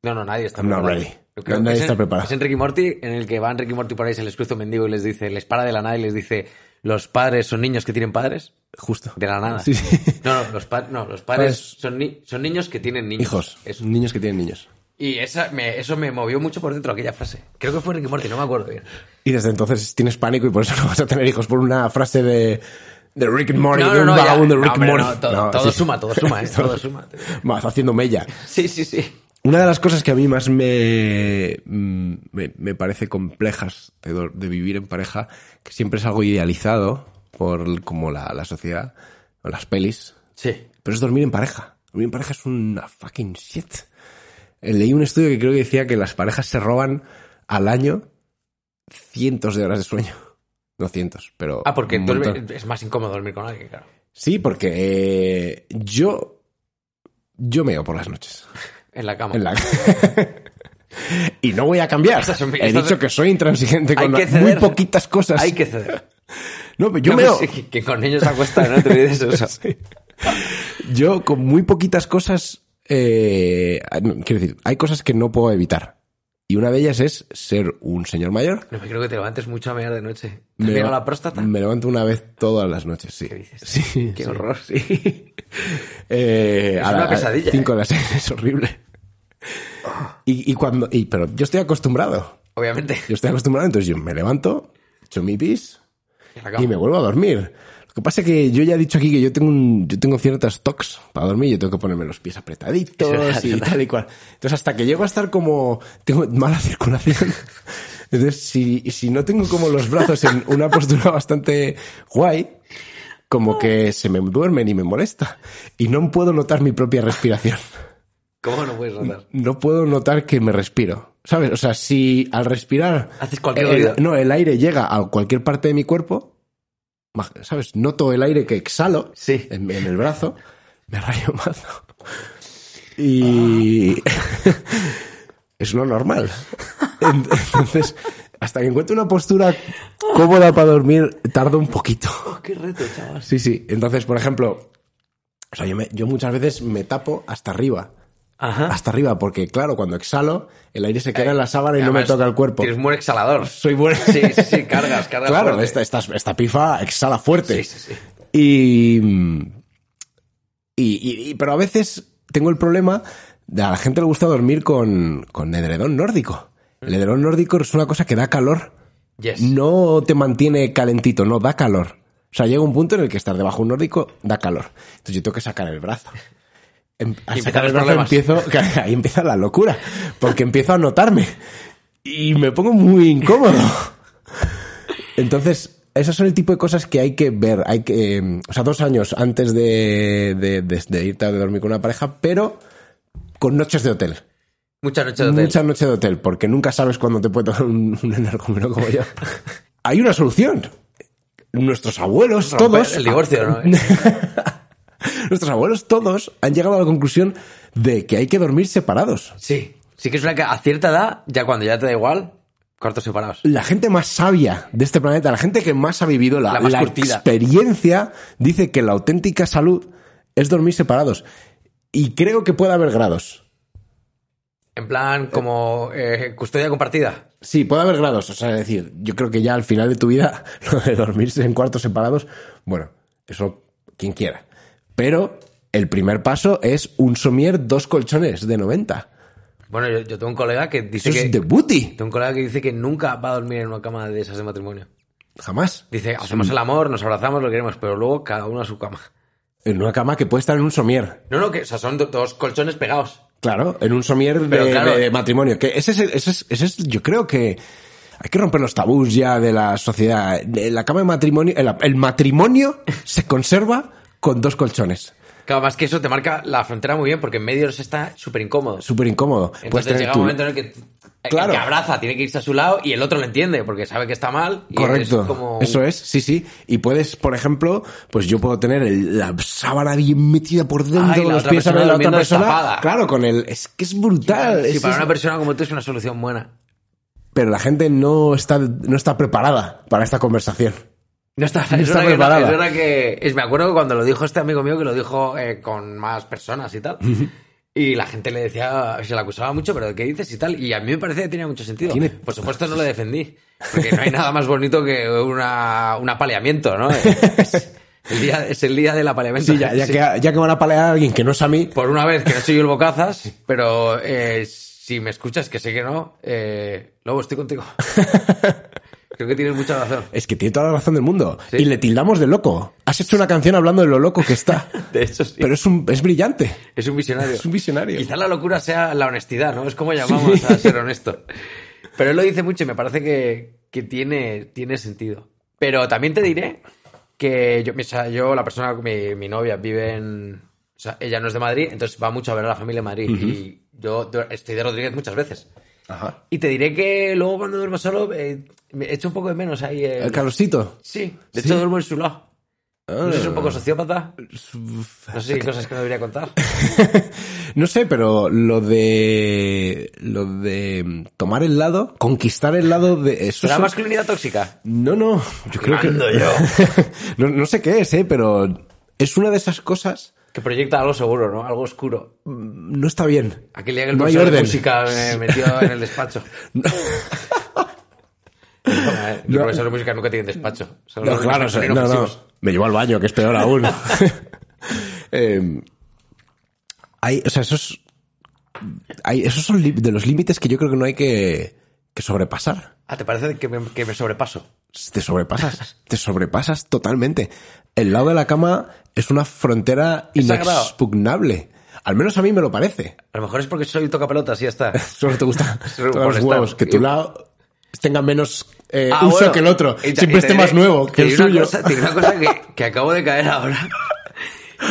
No, no, nadie está
I'm not
preparado.
ready.
Yo creo
No, nadie
que es
está
en-
preparado.
Es en Ricky Morty, en el que van Ricky Morty por ahí, se les cruza un mendigo y les dice, les para de la nada y les dice, ¿los padres son niños que tienen padres?
Justo.
De la nada.
Sí, sí.
No, no, los, pa- no, los
Padres.
padres son, ni- son niños que tienen niños.
Hijos.
Eso.
Niños que tienen niños.
Y esa me- eso me movió mucho por dentro aquella frase. Creo que fue Ricky Morty, no me acuerdo bien.
Y desde entonces tienes pánico y por eso no vas a tener hijos. Por una frase de, de Rick and Morty, de un
ya.
vagabundo Rick and
hombre,
Morty.
no, todo,
No,
todo
sí.
suma, todo suma, ¿eh? todo suma.
Más haciendo mella.
Sí, sí, sí.
Una de las cosas que a mí más me, mm, me, me parece complejas de, do- de vivir en pareja, que siempre es algo idealizado por el- como la, la sociedad o las pelis,
Sí.
pero es dormir en pareja. Dormir en pareja es una fucking shit. Eh, Leí un estudio que creo que decía que las parejas se roban al año cientos de horas de sueño. No cientos, pero...
Ah, porque
un
duerme-
montón.
es más incómodo dormir con alguien, claro.
Sí, porque eh, yo... Yo meo por las noches.
En la cama.
en la- y no voy a cambiar.
Estas son-
He
estas
dicho
son-
que soy intransigente
Hay
con
que
muy
ceder.
poquitas cosas.
Hay que ceder.
No, pero yo
No,
meo-
pues, que, que con ellos acuesta, no te olvides eso.
Yo con muy poquitas cosas... eh, no, quiero decir, hay cosas que no puedo evitar. Y una de ellas es ser un señor mayor.
No me creo que te levantes mucho a mediar de noche. ¿Te
Me
pega
leva-
la próstata?
Me levanto una vez todas las noches, sí.
¿Qué dices?
Sí,
Qué
sí.
horror.
Sí. Eh,
Es
a
una
la- a
pesadilla, Ah.
Cinco de las seis, es horrible. Y, y cuando... y- pero yo estoy acostumbrado.
Obviamente.
Yo estoy acostumbrado, entonces yo me levanto, echo mi pis
En la cama.
y me vuelvo a dormir. Lo que pasa es que yo ya he dicho aquí que yo tengo, un- yo tengo ciertas tocs para dormir, yo tengo que ponerme los pies apretaditos
Es verdad,
y
es verdad.
tal y cual. Entonces hasta que llego a estar como... Tengo mala circulación. Entonces si, si no tengo como los brazos en una postura bastante guay, como que se me duermen y me molesta. Y no puedo notar mi propia respiración
¿Cómo no puedes notar?
no puedo notar que me respiro. ¿Sabes? O sea, si al respirar.
Haces cualquier
el-
ruido.
No, el aire llega a cualquier parte de mi cuerpo. ma- ¿Sabes? Noto el aire que exhalo
Sí.
en, en el brazo. Me rayo más.
Ah.
Y. es lo normal. Entonces, hasta que encuentro una postura
Ah.
cómoda para dormir, tardo un poquito.
Oh, qué reto, chaval.
Sí, sí. Entonces, por ejemplo. O sea, yo, me- yo muchas veces me tapo hasta arriba
Ajá.
hasta arriba, porque claro, cuando exhalo, el aire se queda en la sábana y no me toca el cuerpo.
Tienes buen exhalador.
Soy bueno.
Sí, sí, sí, cargas, cargas.
Claro,
fuerte.
esta, esta, esta pifa exhala fuerte.
Sí, sí, sí.
Y, y, y- y- Pero a veces tengo el problema de a la gente le gusta dormir con, con edredón nórdico. El edredón nórdico es una cosa que da calor.
Yes.
No te mantiene calentito, no, da calor. O sea, llega un punto en el que estar debajo de un nórdico da calor. Entonces yo tengo que sacar el brazo. Em- al
Y
sacar el
empiezan los
brazo
problemas.
empiezo, ahí empieza la locura, porque empiezo a notarme y me pongo muy incómodo. Entonces, esos son el tipo de cosas que hay que em, ver. Hay que, eh, o sea, dos años antes de, de, de- de irte a dormir con una pareja, pero con noches de hotel.
Muchas noches de hotel.
Muchas noches de hotel, porque nunca sabes cuándo te puede tocar un, un energúmeno como yo. Hay una solución. Nuestros abuelos,
Romper
todos.
El divorcio, ¿no?
Nuestros abuelos, todos, han llegado a la conclusión de que hay que dormir separados.
Sí. Sí que es una que a cierta edad, ya cuando ya te da igual, cuartos separados.
La gente más sabia de este planeta, la gente que más ha vivido la,
La más
la
curtida.
experiencia, dice que la auténtica salud es dormir separados. Y creo que puede haber grados.
En plan, como eh, custodia compartida.
Sí, puede haber grados. O sea, es decir, yo creo que ya al final de tu vida, lo de dormirse en cuartos separados, bueno, eso quien quiera. Pero el primer paso es un somier, dos colchones de 90.
Bueno, yo, yo tengo un colega que dice
Eso
que.
es de booty.
Tengo un colega que dice que nunca va a dormir en una cama de esas de matrimonio.
Jamás.
Dice, hacemos el amor, nos abrazamos, lo queremos, pero luego cada uno a su cama.
En una cama que puede estar en un somier.
No, no, que o sea, son do- dos colchones pegados.
Claro, en un somier
Pero
de,
claro.
de matrimonio. Que ese es, el- ese es- ese es- yo creo que hay que romper los tabús ya de la sociedad. De La cama de matrimonio, el, el matrimonio se conserva con dos colchones.
Claro, más que eso te marca la frontera muy bien porque en medio se está súper incómodo.
Súper incómodo. Puedes
Entonces
tener
llega
tu-
un momento en el que el
Claro.
que abraza tiene que irse a su lado y el otro lo entiende porque sabe que está mal. Y
Correcto.
Es como...
Eso es, sí, sí. Y puedes, por ejemplo, pues yo puedo tener el- la sábana bien metida por dentro,
Ah, y la
los
otra
pies
persona
de la otra
durmiendo
persona.
destapada.
Claro, con el. Es que es brutal.
Sí,
es-
para
es-
una persona como tú es una solución buena.
Pero la gente no está, no está preparada para esta conversación.
No está,
No
es
está
verdad que no,
preparada.
es verdad que. es- me acuerdo que cuando lo dijo este amigo mío, que lo dijo eh, con más personas y tal. Y la gente le decía, se la acusaba mucho, pero ¿qué dices y tal? Y a mí me parecía que tenía mucho sentido.
Tiene-
Por supuesto no le defendí, porque no hay nada más bonito que una, un apaleamiento, ¿no? Es el día, es el día del apaleamiento.
Sí, ya, ya
Sí.
Que, ya que van a palear a alguien que no es a mí,
Por una vez que no soy yo el bocazas, pero eh, si me escuchas, que sé que no, eh, Lobo, estoy contigo. Creo que tienes mucha razón.
es que tiene toda la razón del mundo.
Sí.
Y le tildamos de loco. Has hecho una canción hablando de lo loco que está.
De hecho, sí.
Pero es, un, es brillante.
Es un visionario.
Es un visionario.
Quizá la locura sea la honestidad, ¿no? Es como llamamos a ser honesto. Pero él lo dice mucho y me parece que, que tiene, tiene sentido. Pero también te diré que yo, o sea, yo la persona, mi, mi novia, vive en. O sea, ella no es de Madrid, entonces va mucho a ver a la familia en Madrid. Y yo du- estoy de Rodríguez muchas veces.
Ajá.
Y te diré que luego cuando duermo solo, eh, me echo un poco de menos ahí. el-
El calorcito.
Sí, de hecho duermo en su lado. ¿No es un
Ah.
poco sociópata? No sé, cosas que no debería contar.
No sé, pero lo de. Lo de tomar el lado, conquistar el lado de. Eso
¿Será
son-
Pues masculinidad tóxica?
No, no. Yo creo que.
Mando yo.
no, no sé qué es, ¿eh? Pero es una de esas cosas. mm,
Que proyecta algo seguro, ¿no? Algo oscuro.
No está bien.
Aquel día que el
No hay
profesor de
orden.
música me metió en el despacho. Perdona, ¿eh? El
No.
profesor de música nunca tiene despacho. Son
No,
los
claro,
únicos que
no,
son
no.
inofensivos.
Me llevó al baño, que es peor aún. Eh, hay, o sea, esos, hay, esos son li- de los límites que yo creo que no hay que, que sobrepasar.
Ah, ¿te parece que me, que me sobrepaso?
Te sobrepasas, te sobrepasas totalmente. El lado de la cama es una frontera
Es sagrado.
inexpugnable. Al menos a mí me lo parece.
A lo mejor es porque soy tocapelotas y ya está.
Solo te gusta
Solo
tocar los
molestar.
huevos, que tu
Y-
lado tenga menos eh,
Ah,
uso
bueno.
que el otro.
Y ta-
Siempre
y te
esté más
diré-
nuevo
te
que el
diré una
suyo.
cosa- te diré una cosa que, que acabo de caer ahora.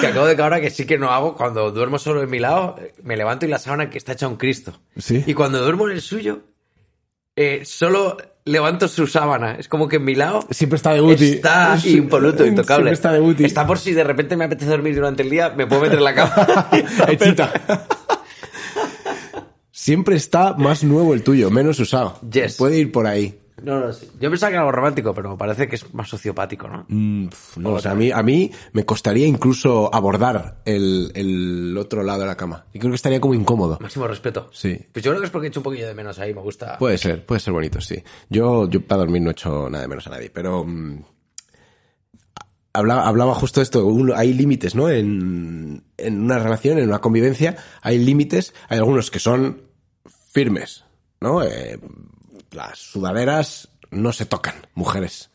Que acabo de caer ahora que sí que no hago. Cuando duermo solo en mi lado, me levanto y la sábana que está hecha un Cristo.
Sí.
Y cuando duermo en el suyo, eh, solo levanto su sábana. Es como que en mi lado
Siempre está de booty.
Está
Sí,
impoluto, intocable.
Siempre está de booty.
Está por si de repente me apetece dormir durante el día, me puedo meter en la cama.
Hechita. Siempre está más nuevo el tuyo, menos usado.
Yes.
Puede ir por ahí.
no, no sé. Yo pensaba que era algo romántico, pero me parece que es más sociopático, ¿no?
Mm, pf, no, o sea, a mí, a mí me costaría incluso abordar el, el otro lado de la cama. Y creo que estaría como incómodo.
Máximo respeto.
Sí.
Pues yo creo que es porque he hecho un poquillo de menos ahí, me gusta.
Puede ser, puede ser bonito, sí. Yo, yo para dormir no he hecho nada de menos a nadie, pero... mm, Hablaba, hablaba justo de esto, uno- hay límites, ¿no? En, en una relación, en una convivencia, hay límites, hay algunos que son firmes, ¿no? Eh, las sudaderas no se tocan, mujeres.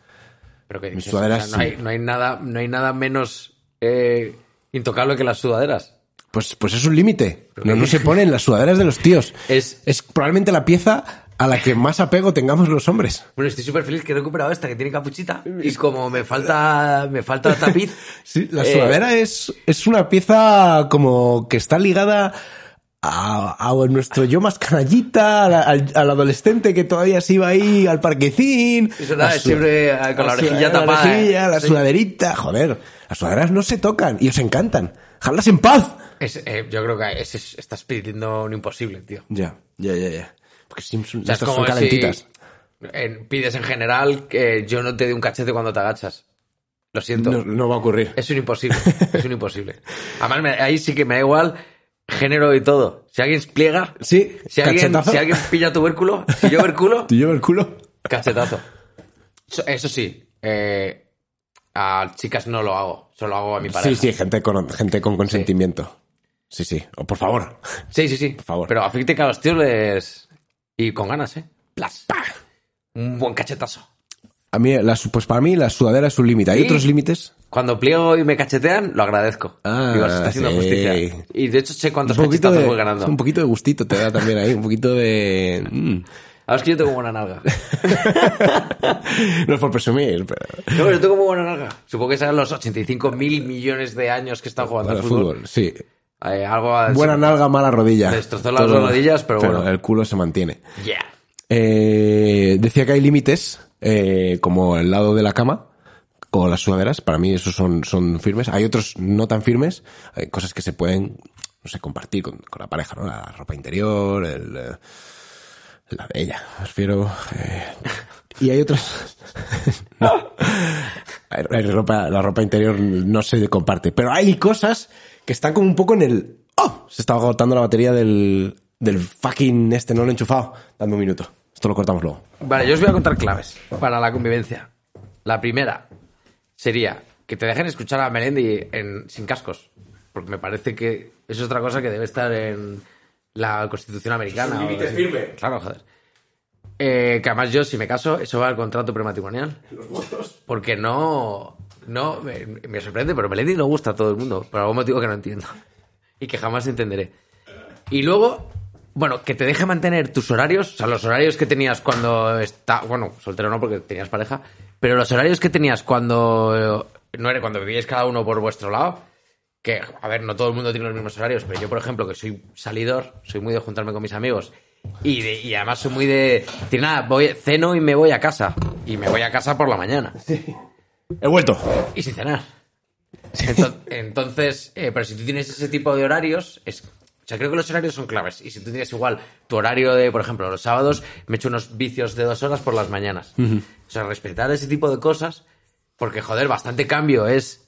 pero que,
mis
que-
sudaderas
no, hay,
sí.
no hay nada, no hay nada menos eh, intocable que las sudaderas.
Pues, pues es un límite. No, no se ponen las sudaderas de los tíos.
Es-
es probablemente la pieza a la que más apego tengamos los hombres.
Bueno, estoy súper feliz que he recuperado esta que tiene capuchita. Y como me falta, me falta tapiz.
Sí, la
eh,
sudadera es, es una pieza como que está ligada a, a nuestro yo más canallita, a la- al, al adolescente que todavía se iba ahí al parquecín.
Es verdad,
a su-
siempre, ah, con la
a su-
orejilla tapada,
La orejilla,
eh.
la
Sí.
sudaderita, joder. Las sudaderas no se tocan y os encantan. ¡Jadlas en paz!
Es, eh, yo creo que es- es- estás pidiendo un imposible, tío.
Ya, ya, ya, ya. Porque Simpson,
O sea, es
estas
como
son
si,
calentitas.
eh, pides en general que yo no te dé un cachete cuando te agachas. Lo siento.
No, no va a ocurrir.
Es un imposible. es un imposible. Además, me- ahí sí que me da igual género y todo. Si alguien pliega,
Sí,
si, alguien,
cachetazo.
si alguien pilla tubérculo, si yo vérculo,
¿Te lleva el culo?
cachetazo. So- Eso sí, eh, a chicas no lo hago. Solo hago a mi pareja.
Sí, sí, gente con, gente con consentimiento. Sí, sí. O por favor.
Sí, sí, sí. Por
favor.
Pero afecte que a los tíos les. Y con ganas, ¿eh? Plas. Un buen cachetazo.
A mí, las, pues para mí la sudadera es un límite. ¿Hay
Sí.
otros límites?
Cuando pliego y me cachetean, lo agradezco.
Ah,
Digo, se está haciendo
sí.
justicia. Y de hecho sé cuántos cachetazos
de,
voy ganando.
un poquito de gustito te da también ahí. Un poquito de... mm.
Ahora es que yo tengo buena nalga.
No es por presumir, pero...
No, yo tengo muy buena nalga. Supongo que serán los 85 mil millones de años que están jugando
Para
al
el
fútbol.
fútbol, sí.
Eh, algo a-
Buena nalga, mala rodilla.
Me destrozó las rodillas, pero bueno.
el culo se mantiene.
Yeah.
Eh, decía que hay límites, eh, como el lado de la cama, o las sudaderas, para mí esos son, son firmes. Hay otros no tan firmes, hay cosas que se pueden, no sé, compartir con, con la pareja, ¿no? La ropa interior, el, eh, la de ella, me refiero. eh, y hay otros... no. Hay- hay ropa, la ropa interior no se comparte, pero hay cosas que están como un poco en el... ¡Oh! Se está agotando la batería del, del fucking este, no lo he enchufado. Dame un minuto. Esto lo cortamos luego.
Vale, yo os voy a contar claves para la convivencia. La primera sería que te dejen escuchar a Melendi en- sin cascos. Porque me parece que eso es otra cosa que debe estar en la Constitución americana. o- Claro, joder. Eh, que además yo, si me caso, eso va al contrato prematrimonial. Porque no... No, me, me sorprende, pero Melendi no gusta a todo el mundo. Por algún motivo que no entiendo. Y que jamás entenderé. Y luego, bueno, que te deje mantener tus horarios, o sea, los horarios que tenías cuando está, bueno, soltero no porque tenías pareja, pero los horarios que tenías cuando eh, no era cuando vivíais cada uno por vuestro lado, que a ver, no todo el mundo tiene los mismos horarios, pero yo por ejemplo, que soy salidor, soy muy de juntarme con mis amigos y, de- y además soy muy de decir, nada, voy ceno y me voy a casa y me voy a casa por la mañana
He vuelto.
y sin cenar. Ento- Entonces, eh, pero si tú tienes ese tipo de horarios, es, o sea, creo que los horarios son claves. Y si tú tienes igual tu horario de, por ejemplo, los sábados, me echo unos vicios de dos horas por las mañanas. O sea, respetar ese tipo de cosas, porque joder, bastante cambio es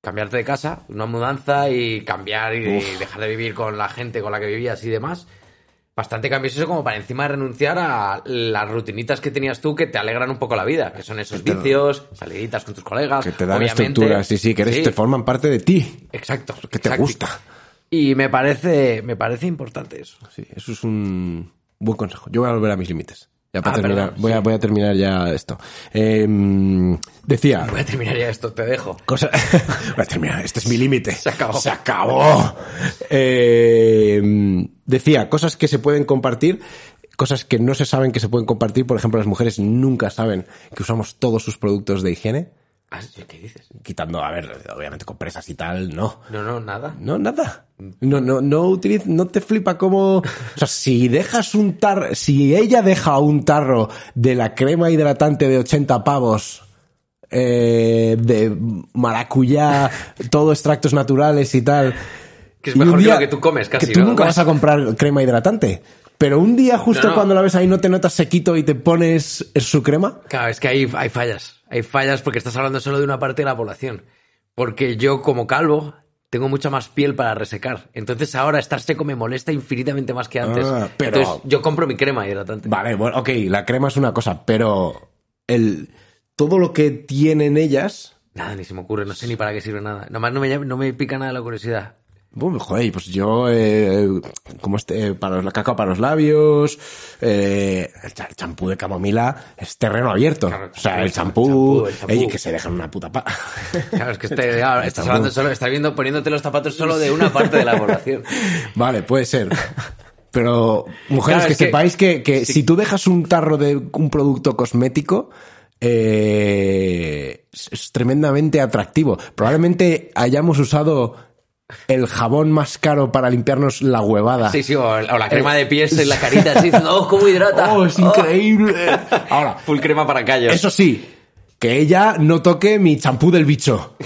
cambiarte de casa, una mudanza y cambiar y, y dejar de vivir con la gente con la que vivías y demás. Bastante cambio es eso como para encima renunciar a las rutinitas que tenías tú que te alegran un poco la vida, que son esos vicios, saliditas con tus colegas.
Que te dan
obviamente.
estructuras, sí, sí, que eres-
Sí,
te forman parte de ti.
Exacto.
Que te
exacto.
gusta.
Y me parece, me parece importante eso.
Sí, eso es un buen consejo. Yo voy a volver a mis límites. Ya para
Ah,
terminar,
perdón,
voy, a, voy a terminar ya esto. Eh, decía,
Voy a terminar ya esto, te dejo.
cosa... voy a terminar, este es mi límite.
Se acabó.
Se acabó. Eh, decía, cosas que se pueden compartir, cosas que no se saben que se pueden compartir. Por ejemplo, las mujeres nunca saben que usamos todos sus productos de higiene.
Ah, sí, ¿Qué dices?
Quitando, a ver, obviamente compresas y tal, no.
No, no, nada.
No, nada. No, no, no utiliz- no te flipa como. O sea, si dejas un tarro, si ella deja un tarro de la crema hidratante de 80 pavos, eh, de maracuyá, todo extractos naturales y tal.
Que es
y un
mejor que lo que tú comes, casi,
Que tú
¿no?
nunca vas a comprar crema hidratante. Pero un día, justo
No, no.
cuando la ves ahí, no te notas sequito y te pones su crema.
Claro, es que hay, hay fallas. Hay fallas porque estás hablando solo de una parte de la población. Porque yo, como calvo, tengo mucha más piel para resecar. Entonces ahora estar seco me molesta infinitamente más que antes.
Ah, pero-
Entonces yo compro mi crema hidratante.
Vale, bueno, ok, la crema es una cosa, pero el, todo lo que tienen ellas.
Nada, ni se me ocurre, no sé ni para qué sirve nada. Nomás no me, llama- no me pica nada la curiosidad.
Bueno, joder, pues yo, eh, como este, eh, para los, cacao para los labios, eh, el cha- el champú de camomila es terreno abierto.
Claro,
o sea,
el
el
cha-
champú,
el champú, el
eh,
champú.
que se dejan una puta pa.
Claro, es que este- ahora estás hablando solo, estás viendo, poniéndote los zapatos solo de una parte de la población.
vale, puede ser. Pero, mujeres,
Claro,
que
es que-
sepáis que, que si tú dejas un tarro de un producto cosmético, eh, es, es tremendamente atractivo. Probablemente hayamos usado el jabón más caro para limpiarnos la huevada.
Sí, sí, o, la- o la crema de pies en la carita, así, diciendo, ¡oh, cómo hidrata! Oh,
¡Oh, es increíble! Ahora,
Full crema para callos.
eso sí, que ella no toque mi champú del bicho.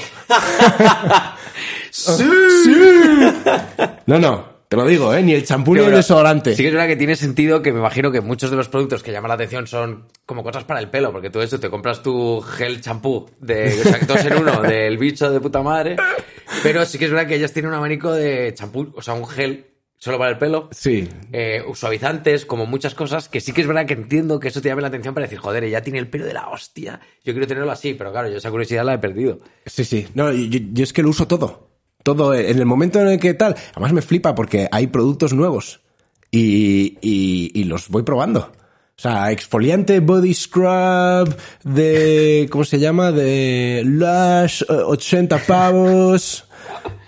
No, no, te lo digo, ¿eh? Ni el champú ni el
Pero
desodorante.
Sí que es verdad que tiene sentido que me imagino que muchos de los productos que llaman la atención son como cosas para el pelo, porque tú eso te compras tu gel champú de o sea, que dos en uno del bicho de puta madre, pero sí que es verdad que ellas tienen un abanico de champú, o sea, un gel solo para el pelo.
Sí.
eh, suavizantes, como muchas cosas, que sí que es verdad que entiendo que eso te llame la atención para decir, joder, ella tiene el pelo de la hostia, yo quiero tenerlo así, pero claro, yo esa curiosidad la he perdido.
Sí, sí. No, yo, yo es que lo uso todo. Todo. eh, En el momento en el que tal. Además me flipa porque hay productos nuevos. Y, y, y los voy probando. O sea, exfoliante body scrub de. ¿Cómo se llama? De Lush, eh, 80 pavos.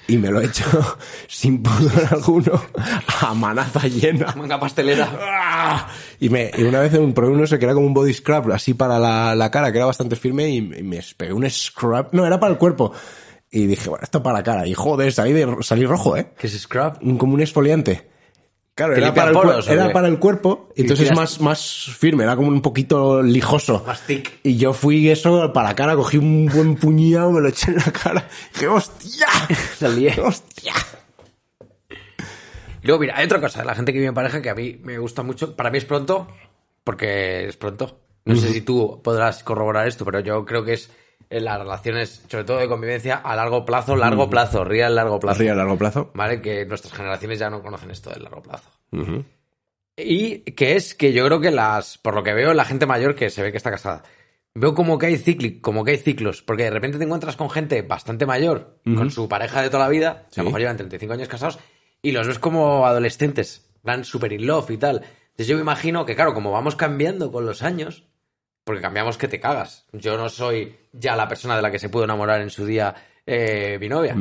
Y me lo he hecho sin pudor alguno a manaza llena.
Manga pastelera.
¡Ah! Y, me, y una vez en un probé uno ese que era como un body scrub, así para la, la cara, que era bastante firme, y, me- me pegué un scrub. No, era para el cuerpo. Y dije, bueno, esto para la cara. Y joder, salí, de, salí rojo, ¿eh?
¿Qué es scrub?
Un- Como un exfoliante. Claro,
¿Que
era
limpia
para, el, cuer-
poros, o
era
qué?
para el cuerpo,
Y
entonces
tiras-
más, más firme, era como un poquito lijoso.
Más thick.
Y yo fui eso para la cara, cogí un buen puñado, me lo eché en la cara. ¡Qué hostia!
La
eh".
lié.
¡Hostia!
Y luego, mira, hay otra cosa, la gente que vive en pareja que a mí me gusta mucho. Para mí es pronto, porque es pronto. No sé si tú podrás corroborar esto, pero yo creo que es en las relaciones, sobre todo de convivencia, a largo plazo, largo plazo, real largo plazo.
Arriba a largo plazo.
¿Vale? Que nuestras generaciones ya no conocen esto del largo plazo. Y que es que yo creo que las, por lo que veo, la gente mayor que se ve que está casada, veo como que hay cicli, como que hay ciclos, porque de repente te encuentras con gente bastante mayor, con su pareja de toda la vida,
Sí.
que a lo mejor llevan 35 años casados, y los ves como adolescentes, van super in love y tal. Entonces yo me imagino que, claro, como vamos cambiando con los años, porque cambiamos que te cagas. Yo no soy ya la persona de la que se pudo enamorar en su día eh, mi novia.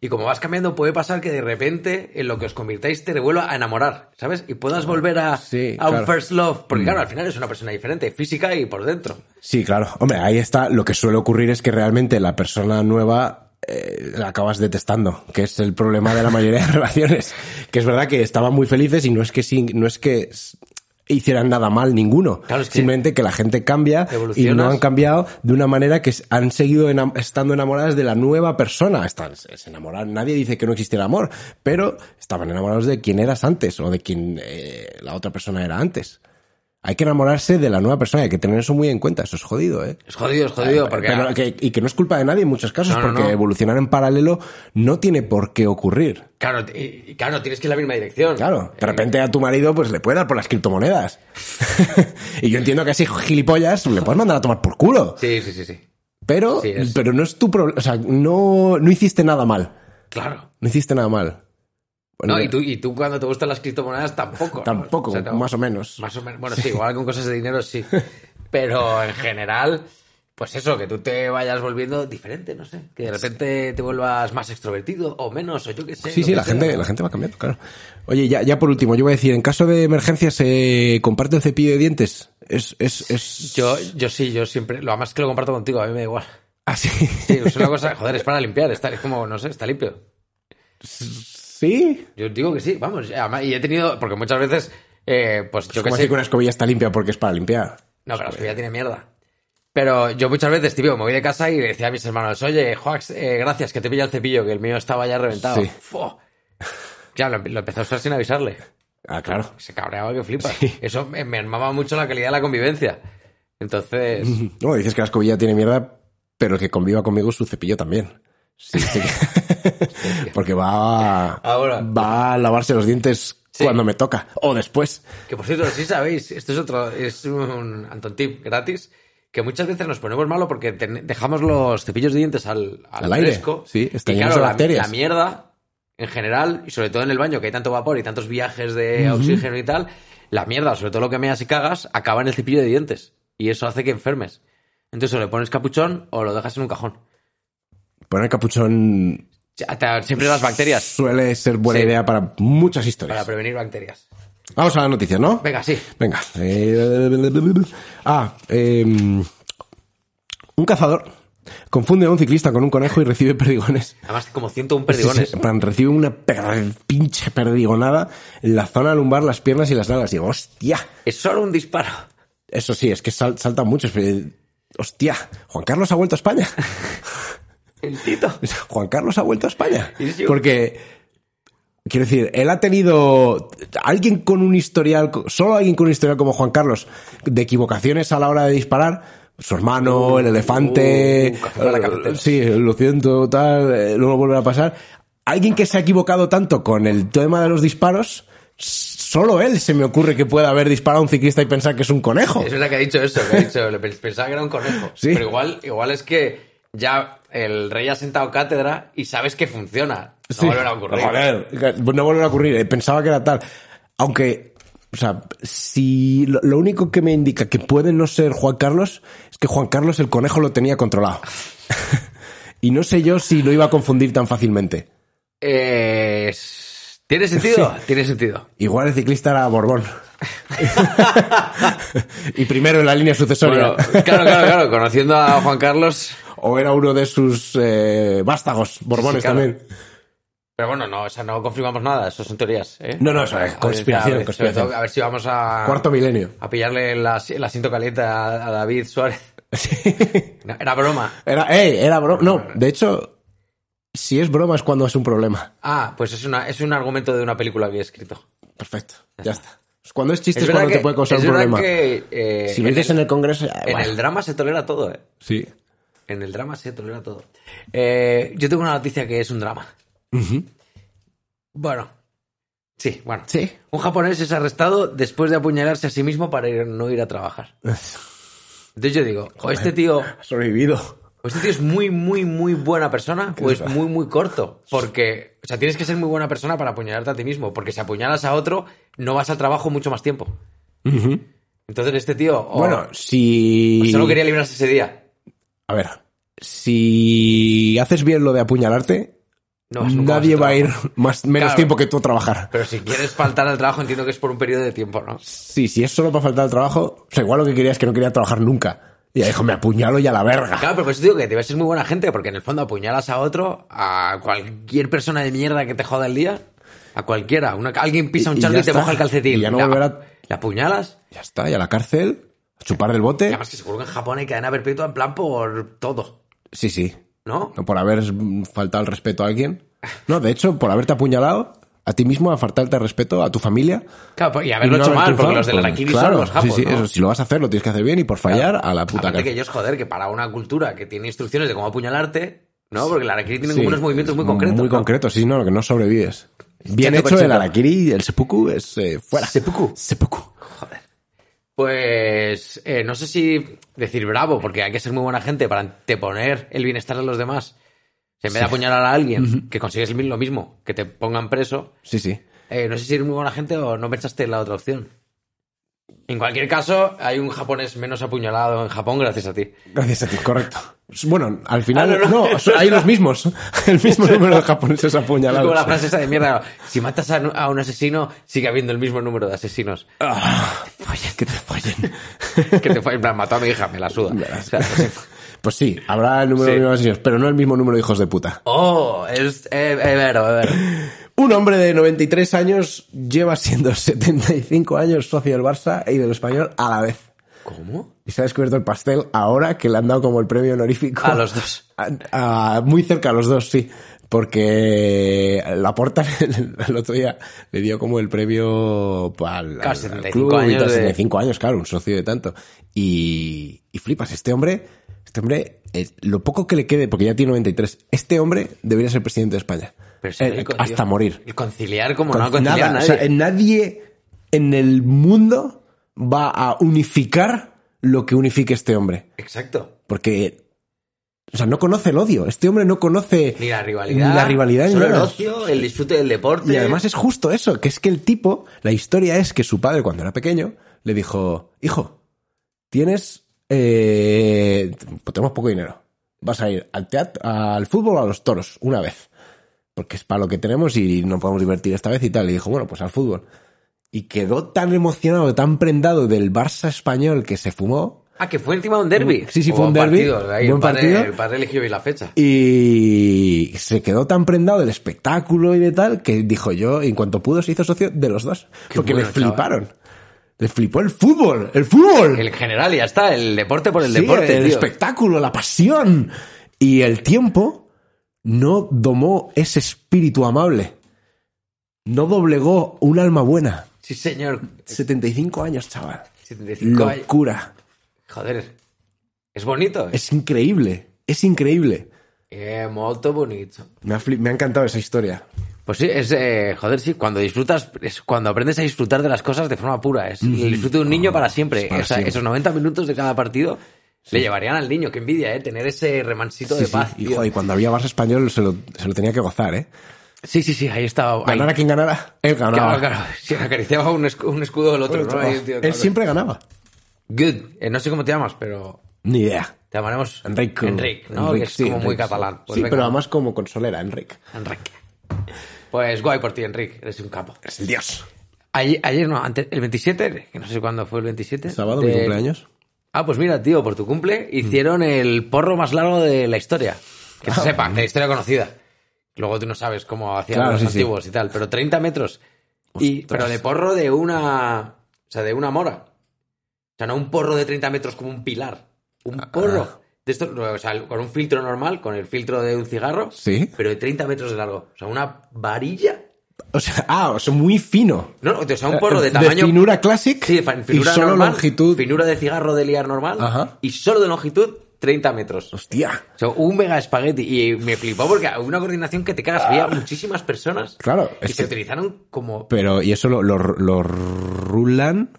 Y como vas cambiando, puede pasar que de repente en lo que os convirtáis te vuelva a enamorar, ¿sabes? Y puedas volver a,
Sí,
a un
claro. Mm.
first love, porque claro, al final es una persona diferente, física y por dentro.
Sí, claro. Hombre, ahí está. Lo que suele ocurrir es que realmente la persona nueva eh, la acabas detestando, que es el problema de la mayoría de relaciones. Que es verdad que estaban muy felices y no es que sin- no es que s- hicieran nada mal ninguno.
Claro, es que
Simplemente que la gente cambia y no
evolucionas.
han cambiado de una manera que s- han seguido enam- estando enamoradas de la nueva persona. Están, se se enamoran. Nadie dice que no existe el amor, pero estaban enamorados de quien eras antes o de quien eh, la otra persona era antes. Hay que enamorarse de la nueva persona, hay que tener eso muy en cuenta. Eso es jodido, ¿eh?
Es jodido, es jodido, porque... ah,
Pero que- y que no es culpa de nadie en muchos casos,
No, no,
porque
no.
evolucionar en paralelo no tiene por qué ocurrir.
Claro, y, y claro, tienes que ir en la misma dirección.
Claro, de repente a tu marido pues le puede dar por las criptomonedas. y yo entiendo que así gilipollas le puedes mandar a tomar por culo.
Sí, sí, sí, sí.
Pero,
Sí, es-
pero no es tu problema, o sea, no, no hiciste nada mal.
Claro.
No hiciste nada mal. Bueno,
No, y tú, y tú cuando te gustan las criptomonedas tampoco. ¿no?
Tampoco,
O sea, no.
más o menos.
Más o menos. Bueno, sí, igual con cosas de dinero sí. Pero en general, pues eso, que tú te vayas volviendo diferente, no sé. Que de repente te vuelvas más extrovertido o menos, o yo qué sé.
Sí,
lo
sí,
que
la
sea.
gente, la gente va cambiando, claro. Oye, ya, ya por último, yo voy a decir, en caso de emergencia se comparte el cepillo de dientes. Es, es, es...
Yo, yo sí, yo siempre. Lo además que lo comparto contigo, a mí me da igual.
Así.
Sí, es una cosa. Joder, es para limpiar, está, es como, no sé, está limpio.
Sí.
Yo digo que sí, vamos. además- y he tenido. Porque muchas veces, eh, pues yo
Yo
qué
como
sé.
así que una escobilla está limpia porque es para limpiar.
No, pero la escobilla tiene mierda. Pero yo muchas veces, tío, me voy de casa y le decía a mis hermanos, oye, Joax, eh, gracias, que te pilla el cepillo, que el mío estaba ya reventado.
Sí.
Fua. Claro, lo, lo empezó a usar sin avisarle.
Ah, claro.
Se cabreaba que flipas. Eso me, me armaba mucho la calidad de la convivencia. Entonces,
No, dices que la escobilla tiene mierda, pero el que conviva conmigo su cepillo también. Sí, sí. porque va a,
Ahora.
va a lavarse los dientes
Sí.
cuando me toca o después.
que por cierto, sí sabéis, esto es otro, es un Anton Tip gratis, que muchas veces nos ponemos malo porque ten- dejamos los cepillos de dientes al, al,
Al aire,
fresco.
sí, está
y
lleno
claro,
de
la,
bacterias.
la mierda, en general, y sobre todo en el baño, que hay tanto vapor y tantos viajes de oxígeno y tal, la mierda, sobre todo lo que meas y cagas, acaba en el cepillo de dientes. Y eso hace que enfermes. Entonces o le pones capuchón o lo dejas en un cajón.
Poner capuchón
Ya, te- Siempre las bacterias,
suele ser buena
Sí.
idea para muchas historias.
para prevenir bacterias.
Vamos a la noticia, ¿no?
Venga, sí.
Venga. Eh, ah, eh, em, un cazador Confunde a un ciclista con un conejo y recibe perdigones.
Además, como 101 perdigones.
Pues Sí, sí, en plan, recibe una per- pinche perdigonada en la zona lumbar, las piernas y las nalgas. Digo, hostia.
Es solo un disparo.
Eso sí, es que sal- saltan muchos. pero- Hostia, Juan Carlos ha vuelto a España.
El Tito.
Juan Carlos ha vuelto a España.
Y sí.
Porque, quiero decir, él ha tenido alguien con un historial, solo alguien con un historial como Juan Carlos, de equivocaciones a la hora de disparar. Su hermano, el elefante,
uh, café para la
eh,
cafetera.
sí, lo siento, tal, eh, no lo volverá a pasar. Alguien que se ha equivocado tanto con el tema de los disparos, solo él se me ocurre que pueda haber disparado a un ciclista y pensar que es un conejo.
Es verdad que ha dicho eso, que ha dicho, le pens- pensaba que era un conejo.
Sí.
Pero igual, igual es que ya el rey ha sentado cátedra y sabes que funciona. No
Sí.
volverá a ocurrir.
Joder, que no volverá a ocurrir. eh, Pensaba que era tal. Aunque, o sea, si lo, lo único que me indica que puede no ser Juan Carlos es que Juan Carlos el conejo lo tenía controlado. y no sé yo si lo iba a confundir tan fácilmente.
Eh, s- ¿Tiene sentido? Tiene sentido.
Igual el ciclista era Borbón. y primero en la línea sucesoria.
Bueno, claro, claro, claro. Conociendo a Juan Carlos.
O era uno de sus eh, vástagos, Borbones
Sí, claro.
también.
Pero bueno, no, o sea, no confirmamos nada, eso son teorías. ¿eh?
No, no, eso es
A ver,
conspiración,
a ver,
conspiración.
sobre todo, a ver si vamos a.
Cuarto milenio.
A pillarle el, as- el asiento caliente a, a David Suárez. No, era broma.
Era, ey, era broma. No, de hecho, si es broma es cuando es un problema.
Ah, pues es, una, es un argumento de una película que he escrito.
Perfecto, ya está. Cuando es chiste
Es
Este es,
verdad
cuando
que-
te puede causar
es
un
verdad
problema.
que, eh,
si lo dices en el Congreso, ya,
en
bueno.
el drama se tolera todo, ¿eh?
Sí.
En el drama se tolera todo. Eh, yo tengo una noticia que es un drama. Bueno. Sí, bueno.
Sí.
Un japonés es arrestado después de apuñalarse a sí mismo para ir- no ir a trabajar. Entonces yo digo, o este tío,
Has sobrevivido.
o este tío es muy, muy, muy buena persona, o es
raro.
muy, muy corto. Porque, o sea, tienes que ser muy buena persona para apuñalarte a ti mismo. Porque si apuñalas a otro, no vas al trabajo mucho más tiempo. Entonces este tío, o-
Bueno, si...
o Pues solo quería librarse ese día.
A ver, si haces bien lo de apuñalarte,
No vas nunca más
nadie
al
va a ir
trabajo.
más, menos
Claro.
tiempo que tú a trabajar.
Pero si quieres faltar al trabajo, entiendo que es por un periodo de tiempo, ¿no?
Sí, si es solo para faltar al trabajo, o sea, igual lo que quería es que no quería trabajar nunca. Y ya dijo, me apuñalo y a la verga.
Claro, pero por eso digo que debes ser muy buena gente, porque en el fondo apuñalas a otro, a cualquier persona de mierda que te joda el día, a cualquiera. Una- alguien pisa
Y-
un
y
charco
ya
y, te
está.
moja el calcetín.
Y ya no
La-
volverá- ¿Eh?
¿La apuñalas?
Ya está, y a la cárcel, a chupar del
Y
bote.
además que seguro que en Japón hay cadena perpetua en plan por todo,
Sí, sí.
¿no?
No por haber mm, faltado el respeto a alguien. No, de hecho, por haberte apuñalado a ti mismo, a faltarte al respeto, a tu familia.
Claro, y
y
haberlo
no
hecho
haber
mal,
triunfado,
porque los del
pues,
Araquiri
claro,
son los japos,
sí, sí,
¿no?
eso, si lo vas a hacer, lo tienes que hacer bien y por fallar, a la puta
Aparte
cara.
que ellos, joder, que para una cultura que tiene instrucciones de cómo apuñalarte, ¿no? Porque el Araquiri tiene
Sí,
unos movimientos muy
es
concretos.
Muy
¿no?
concretos, sí, no, que no sobrevives. Bien
Cheto
hecho el
por cheto.
araquiri, el seppuku es eh, fuera.
Seppuku.
Seppuku.
Pues eh, no sé si decir bravo, porque hay que ser muy buena gente para anteponer el bienestar de los demás. Si en vez de apuñalar a alguien que consigues el mi- lo mismo, que te pongan preso,
Sí, sí.
eh, no sé si eres muy buena gente o no pensaste en la otra opción. En cualquier caso, hay un japonés menos apuñalado en Japón gracias a ti.
Gracias a ti, correcto. Bueno, al final,
Ah, no, no.
no, son- hay los mismos. El mismo número de japoneses
Es
apuñalados.
como la frase esa de mierda, si matas a, nu- a un asesino, sigue habiendo el mismo número de asesinos.
Ah, follen, que te follen.
Que te fue, en plan, mató a mi hija, me la suda. O sea, no sé.
Pues sí, habrá el número
Sí.
de mismos asesinos, pero no el mismo número de hijos de puta.
Oh, es... Eh, eh, vero, eh, vero.
Un hombre de 93 años lleva siendo 75 años socio del Barça y del Español a la vez.
¿Cómo?
Y se ha descubierto el pastel ahora que le han dado como el premio honorífico.
A los dos.
A- a- muy cerca a los dos, sí. Porque la porta el otro día le dio como el premio al, al-
Claro,
al
75
club y
años
tal,
de-
75 años, claro, un socio de tanto. Y, y flipas, este hombre, este hombre, eh, lo poco que le quede, porque ya tiene 93, este hombre debería ser presidente de España.
Pero sí,
Eh,
rico, tío.
hasta morir.
El conciliar como Pues no
Con-
conciliar
nada,
a
o
nadie.
sea, nadie en el mundo va a unificar lo que unifique este hombre.
Exacto.
Porque. O sea, no conoce el odio. Este hombre no conoce.
Ni la rivalidad.
Ni la rivalidad ni
Solo el
nada.
ocio, el disfrute del deporte.
Y además es justo eso, que es que el tipo. La historia es que su padre, cuando era pequeño, le dijo: Hijo, tienes. eh, pues tenemos poco dinero. Vas a ir al teatro, al fútbol o a los toros, una vez. Porque es para lo que tenemos y no podemos divertir esta vez y tal. Y dijo, bueno, pues al fútbol. Y quedó tan emocionado, tan prendado del Barça español que se fumó,
Ah, que fue encima de un derby.
Sí, sí, fue un derbi. Buen
el padre,
partido.
El padre eligió bien la fecha.
Y se quedó tan prendado del espectáculo y de tal que dijo yo, en cuanto pudo, se hizo socio de los dos.
Qué
porque
bueno,
le
chaval.
fliparon. Le flipó el fútbol, el fútbol.
El general, ya está. El deporte por el
Sí,
deporte.
el
tío.
espectáculo, la pasión. Y el tiempo no domó ese espíritu amable. No doblegó un alma buena.
Sí, señor.
75 años, chaval.
75 años.
Locura.
Joder. Es bonito. ¿eh? Es
Es increíble. Es increíble.
moto bonito.
Me ha, flip- me ha encantado esa historia.
Pues sí, es, eh, joder, sí, cuando disfrutas, es cuando aprendes a disfrutar de las cosas de forma pura. Es el disfrute de un niño para siempre.
es para
O sea,
siempre.
esos 90 minutos de cada partido le llevarían al niño. Qué envidia, ¿eh? Tener ese remansito
Sí,
de
sí.
paz.
Y,
tío.
joder, cuando había Barça español se lo, se lo tenía que gozar, ¿eh?
Sí, sí, sí, ahí estaba. ahí.
Ganara quien ganara, él ganaba.
Claro, claro. Sí, acariciaba un, escu- un escudo del otro, ¿no? Ahí, tío,
él
cabrón.
siempre ganaba.
Good. Eh, no sé cómo te llamas, pero
Ni idea.
te llamaremos
Enrique.
Enrique, ¿no? que es
sí,
como muy
Enrique, sí.
catalán. Pues
sí,
venga,
pero además como consolera, Enrique.
Enrique. Pues guay por ti, Enrique. Eres un capo.
Es el dios.
Ayer, ayer no, antes, el 27, que no sé cuándo fue el 27.
Sábado, mi
de-
cumpleaños.
Ah, pues mira, tío, por tu cumple
Mm.
hicieron el porro más largo de la historia. Que
Ah,
se sepa, de la historia conocida. Luego tú no sabes cómo hacían
mm. Claro,
los
sí, sí.
antiguos y tal, pero 30 metros. Y, pero de porro de una. O sea, de una mora. O sea, no un porro de 30 metros como un pilar. Un
Ah,
porro. De esto, o sea, con un filtro normal, con el filtro de un cigarro.
Sí.
Pero de 30 metros de largo. O sea, una varilla.
O sea, ah, o sea, muy fino.
No, o sea, un porro de
Eh,
tamaño.
finura classic
Sí, fa- finura
y solo
normal,
longitud.
Finura de cigarro de liar normal.
Ajá.
Y solo de longitud, 30 metros.
Hostia.
O sea, un mega espagueti. Y me flipó porque una coordinación que te cagas. Había muchísimas personas.
Ah. Claro,
Y
es
se
que-
utilizaron como.
Pero, y eso lo, lo, lo rulan.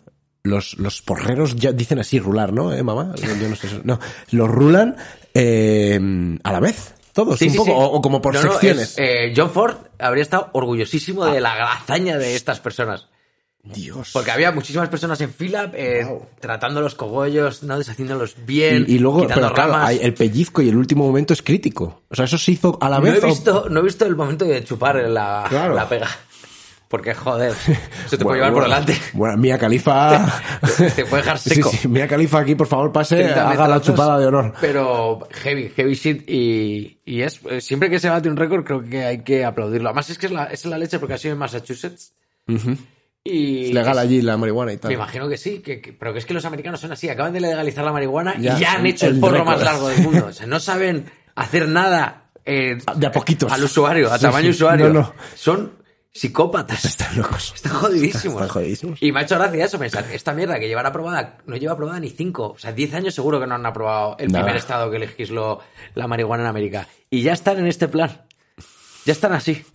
Los, los porreros ya dicen así, rular, ¿no? ¿Eh, mamá? Yo no sé eso. No, los rulan eh, a la vez, todos,
Sí,
un
sí,
poco,
sí.
O, o como por
No, no,
secciones. Ah.
es, eh, John Ford habría estado orgullosísimo de la hazaña de estas personas.
Dios.
Porque había muchísimas personas en fila eh,
Wow.
tratando los cogollos, no deshaciéndolos bien.
y, y luego,
quitando
pero claro,
ramas.
hay- el pellizco y el último momento es crítico. O sea, eso se hizo a la
No he,
vez. o-
visto, no he visto el momento de chupar la,
Claro.
la pega. Porque, joder, se
Bueno,
te puede llevar por
bueno.
delante.
Bueno, Mía Califa.
Te- te puede dejar seco.
Sí, sí, Mía Califa aquí, por favor, pase,
30
haga la
metazos,
chupada de honor.
Pero heavy, heavy shit. Y, y es eh, siempre que se bate un récord, creo que hay que aplaudirlo. Además, es que es la, es la leche porque ha sido en Massachusetts. Y
Es legal
es-
allí la marihuana y tal.
Me imagino que sí, que, que- pero que es que los americanos son así. Acaban de legalizar la marihuana
Ya,
y ya han hecho el,
el
porro
récord.
más largo del mundo. O sea, no saben hacer nada eh,
De a poquitos.
al usuario, a
Sí,
tamaño
sí.
usuario.
No, no.
Son psicópatas.
Están locos.
Están jodidísimos.
Están jodidísimos.
Y me ha hecho gracia eso, pensar, esta mierda que llevará aprobada, no lleva aprobada ni cinco, o sea, 10 años seguro que no han aprobado el
Nada.
primer estado que legisló la marihuana en América. Y ya están en este plan. Ya están así.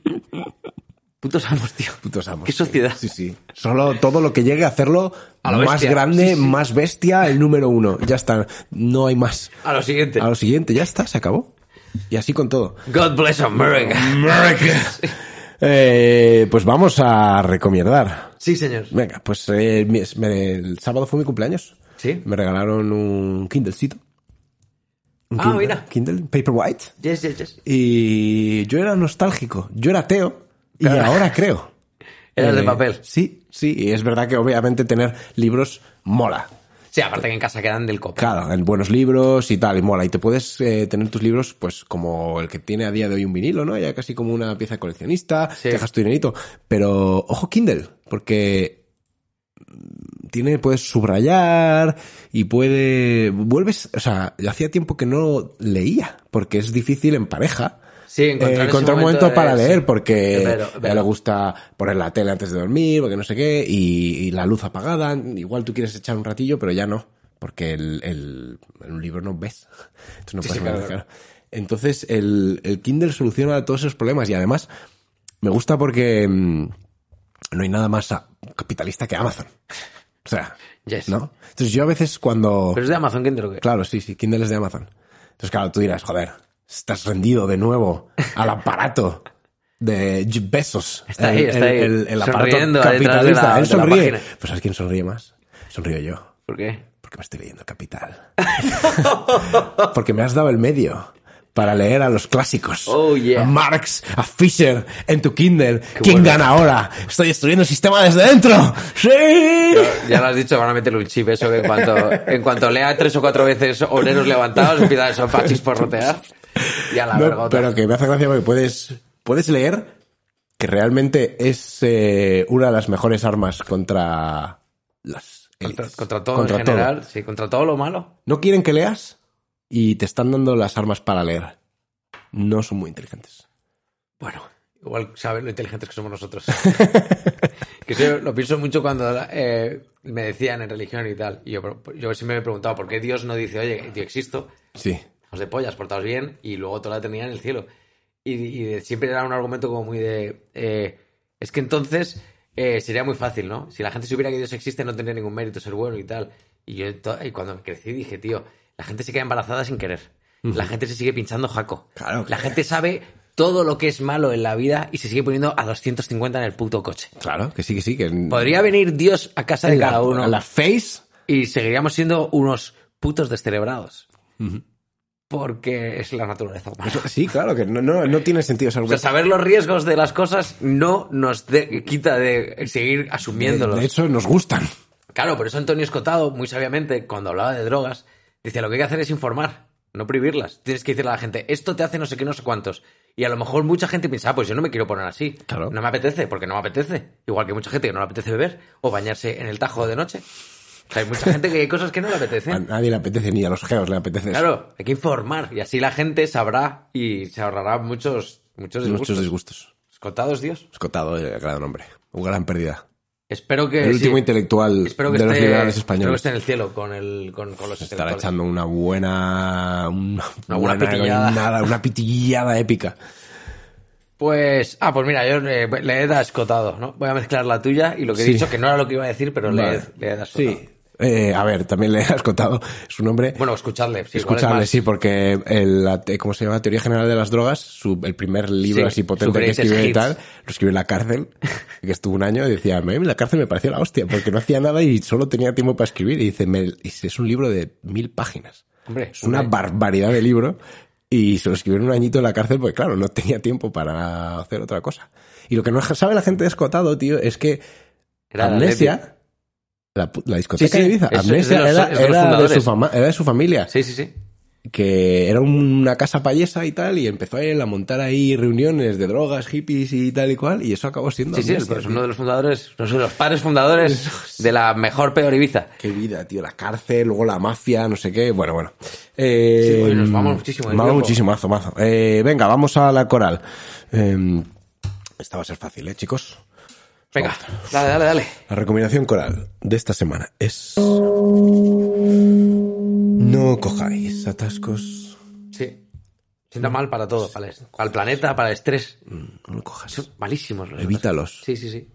Putos amos, tío.
Putos amos.
Qué sociedad.
Sí, sí. Solo todo lo que llegue a hacerlo
A lo
más
bestia.
grande,
Sí, sí.
más bestia, el número uno. Ya está. No hay más.
A lo siguiente.
A lo siguiente, ya está, se acabó. Y así con todo.
God bless America.
Mm. Eh, pues vamos a recomendar.
Sí, señor.
Venga, pues eh, mi- me- el sábado fue mi cumpleaños.
Sí.
Me regalaron un Kindlecito. Un ¿eh?
Ah,
Kindle,
mira.
Kindle, Paperwhite.
Yes, yes, yes.
Y yo era nostálgico. Yo era ateo. Y ahora creo.
Era el de
Eh,
papel.
Sí, sí. Y es verdad que obviamente tener libros mola.
Sí, aparte que en casa quedan del copo.
Claro, en buenos libros y tal, y mola. Y te puedes eh, tener tus libros, pues, como el que tiene a día de hoy un vinilo, ¿no? Ya casi como una pieza coleccionista,
Sí.
dejas tu dinerito. Pero, ojo, Kindle, porque tiene, puedes subrayar y puede. Vuelves. O sea, yo hacía tiempo que no leía, porque es difícil en pareja.
Sí, encontrar
eh,
ese
encontrar un
momento
momento
de
para
leer,
leer
sí.
porque
Pero-
a ella
pero-
le gusta poner la tele antes de dormir porque no sé qué y, y la luz apagada igual tú quieres echar un ratillo pero ya no porque el, el, en un libro no ves Entonces no
Sí,
puedes
sí, claro,
ver,
claro.
claro. entonces el, el Kindle soluciona todos esos problemas y además me gusta porque mm, no hay nada más a- capitalista que Amazon o sea
Yes.
no entonces yo a veces cuando
Pero es de Amazon Kindle. que-
Claro, sí, sí, Kindle es de Amazon. Entonces, claro, tú dirás, joder, estás rendido de nuevo al aparato de Jeff Bezos.
Está ahí,
El-
está
el-
ahí,
El, el aparato
sonriendo detrás de la-
capitalista. Él
de la
sonríe.
página.
pues ¿sabes quién sonríe más? Sonrío yo.
¿Por qué?
Porque me estoy leyendo Capital. porque me has dado el medio. para leer a los clásicos.
Oh, yeah.
A Marx, a Fisher, en tu Kindle.
Qué
¿Quién
bueno.
gana ahora? Estoy destruyendo el sistema desde dentro. ¡Sí!
Ya lo has dicho, van a meterle un chip eso que en cuanto, en cuanto lea tres o cuatro veces obreros levantados, empieza eso a chisporrotear. Y a la
No,
vergota.
pero que me hace gracia porque puedes, puedes leer que realmente es eh, una de las mejores armas contra las
Contra,
élites.
contra todo
Contra
en general, sí, contra todo lo malo.
No quieren que leas y te están dando las armas para leer. No son muy inteligentes.
Bueno, igual saben lo inteligentes que somos nosotros. que sí, lo pienso mucho cuando eh, me decían en religión y tal. Y yo, pero yo siempre me preguntaba por qué Dios no dice, oye, yo existo,
Sí.
hijos de pollas, portaos bien, y luego toda la eternidad en el cielo. Y, y de- siempre era un argumento como muy de. eh, es que entonces eh, sería muy fácil, ¿no? Si la gente supiera que Dios existe, no tendría ningún mérito ser bueno y tal. Y yo to- y cuando crecí dije, tío, la gente se queda embarazada sin querer. La gente se sigue pinchando jaco.
Claro que-
La gente sabe todo lo que es malo en la vida y se sigue poniendo a 250 en el puto coche.
Claro, que sí, que sí. Que
Podría venir Dios a casa de
la,
cada uno
a la face.
y seguiríamos siendo unos putos descerebrados. Porque es la naturaleza humana.
Sí, claro, que no, no, no tiene sentido ese
O sea,
argumento.
saber los riesgos de las cosas no nos de- quita de seguir asumiéndolos.
de hecho, nos gustan.
Claro, por eso Antonio Escotado, muy sabiamente, cuando hablaba de drogas, decía lo que hay que hacer es informar, no prohibirlas. Tienes que decirle a la gente, esto te hace no sé qué, no sé cuántos. Y a lo mejor mucha gente piensa, "Ah, pues yo no me quiero poner así.
Claro.
No me apetece, porque no me apetece. Igual que mucha gente que no le apetece beber o bañarse en el Tajo de noche. O sea, hay mucha gente que hay cosas que no le apetecen.
A nadie le apetece, ni a los geos le apetece. eso.
Claro, hay que informar y así la gente sabrá y se ahorrará muchos, muchos disgustos.
Muchos disgustos.
Escotados, Dios.
Escotado, el gran hombre. Una gran pérdida.
Espero que
el último
sí,
intelectual de
espero que
los
esté,
liberales
espero que
españoles.
esté en el cielo con el con, con los
Estará
intelectuales.
echando una buena. Una,
buena pitillada.
goñada, una pitillada épica.
Pues ah, pues mira, yo eh, le he dado escotado, ¿no? Voy a mezclar la tuya y lo que he
Sí.
dicho que no era lo que iba a decir, pero le,
Vale.
le he dado escotado.
Sí. Eh, a ver, también le has contado su nombre.
Bueno, escucharle, sí, igual es
Escuchable,
más.
sí, porque el, la te- ¿cómo se llama? Teoría General de las Drogas, su- el primer libro
Sí,
así
su
potente que
greatest
escribió y
hits.
tal, lo escribió en la cárcel, que estuvo un año y decía, "Me- la cárcel me pareció la hostia, porque no hacía nada y solo tenía tiempo para escribir. Y dice, "Me- dice, es un libro de mil páginas.
Hombre,
Es una
hombre.
barbaridad de libro. Y se lo escribió en un añito en la cárcel porque, claro, no tenía tiempo para hacer otra cosa. Y lo que no sabe la gente de Escotado, tío, es que
Era el Atleti.
Amnesia, la, pu- la discoteca
Sí, sí,
de Ibiza,
es- es de
Amnesia
los-
era,
es de los
era de su
fundadores.
fama- era de su familia
Sí, sí, sí.
que era una casa payesa y tal, y empezó él a montar ahí reuniones de drogas, hippies y tal y cual, y eso acabó siendo...
Sí, sí,
Amnesia,
es
tío.
uno de los fundadores, no sé, los padres fundadores de la mejor peor Ibiza.
Qué vida, tío, la cárcel, luego la mafia, no sé qué, bueno, bueno. Eh,
Sí, oye, nos vamos muchísimo del
Vamos
tiempo.
muchísimo, mazo, mazo. Eh, venga, vamos a la coral. Eh, esta va a ser fácil, ¿eh, chicos?
Venga, dale, dale, dale.
La recomendación coral de esta semana es... No cojáis atascos.
Sí. Sienta mal para todo, para el, para el planeta, para el estrés.
No lo cojas.
Son malísimos los
Evítalos.
Sí, sí, sí.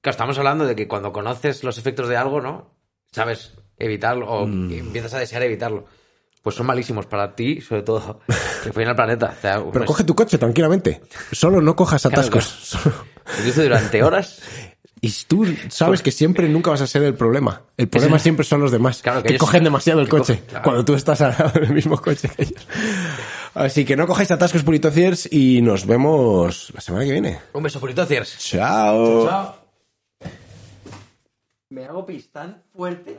Claro, estamos hablando de que cuando conoces los efectos de algo, ¿no? Sabes evitarlo o
Mm.
empiezas a desear evitarlo. Pues son malísimos para ti, sobre todo, que fue en el planeta. O sea,
Pero
pues,
coge tu coche tranquilamente. Solo no cojas atascos.
conduce durante horas.
Y tú
Pues
sabes que siempre nunca vas a ser el problema. El problema siempre son los demás.
Claro, que
que
ellos-
cogen demasiado el
que
coche.
cogen, claro.
Cuando tú estás al lado del mismo coche que ellos. Así que no cojáis atascos puritociers y nos vemos la semana que viene.
Un beso puritociers.
Chao.
Chao. Me hago pis tan fuerte.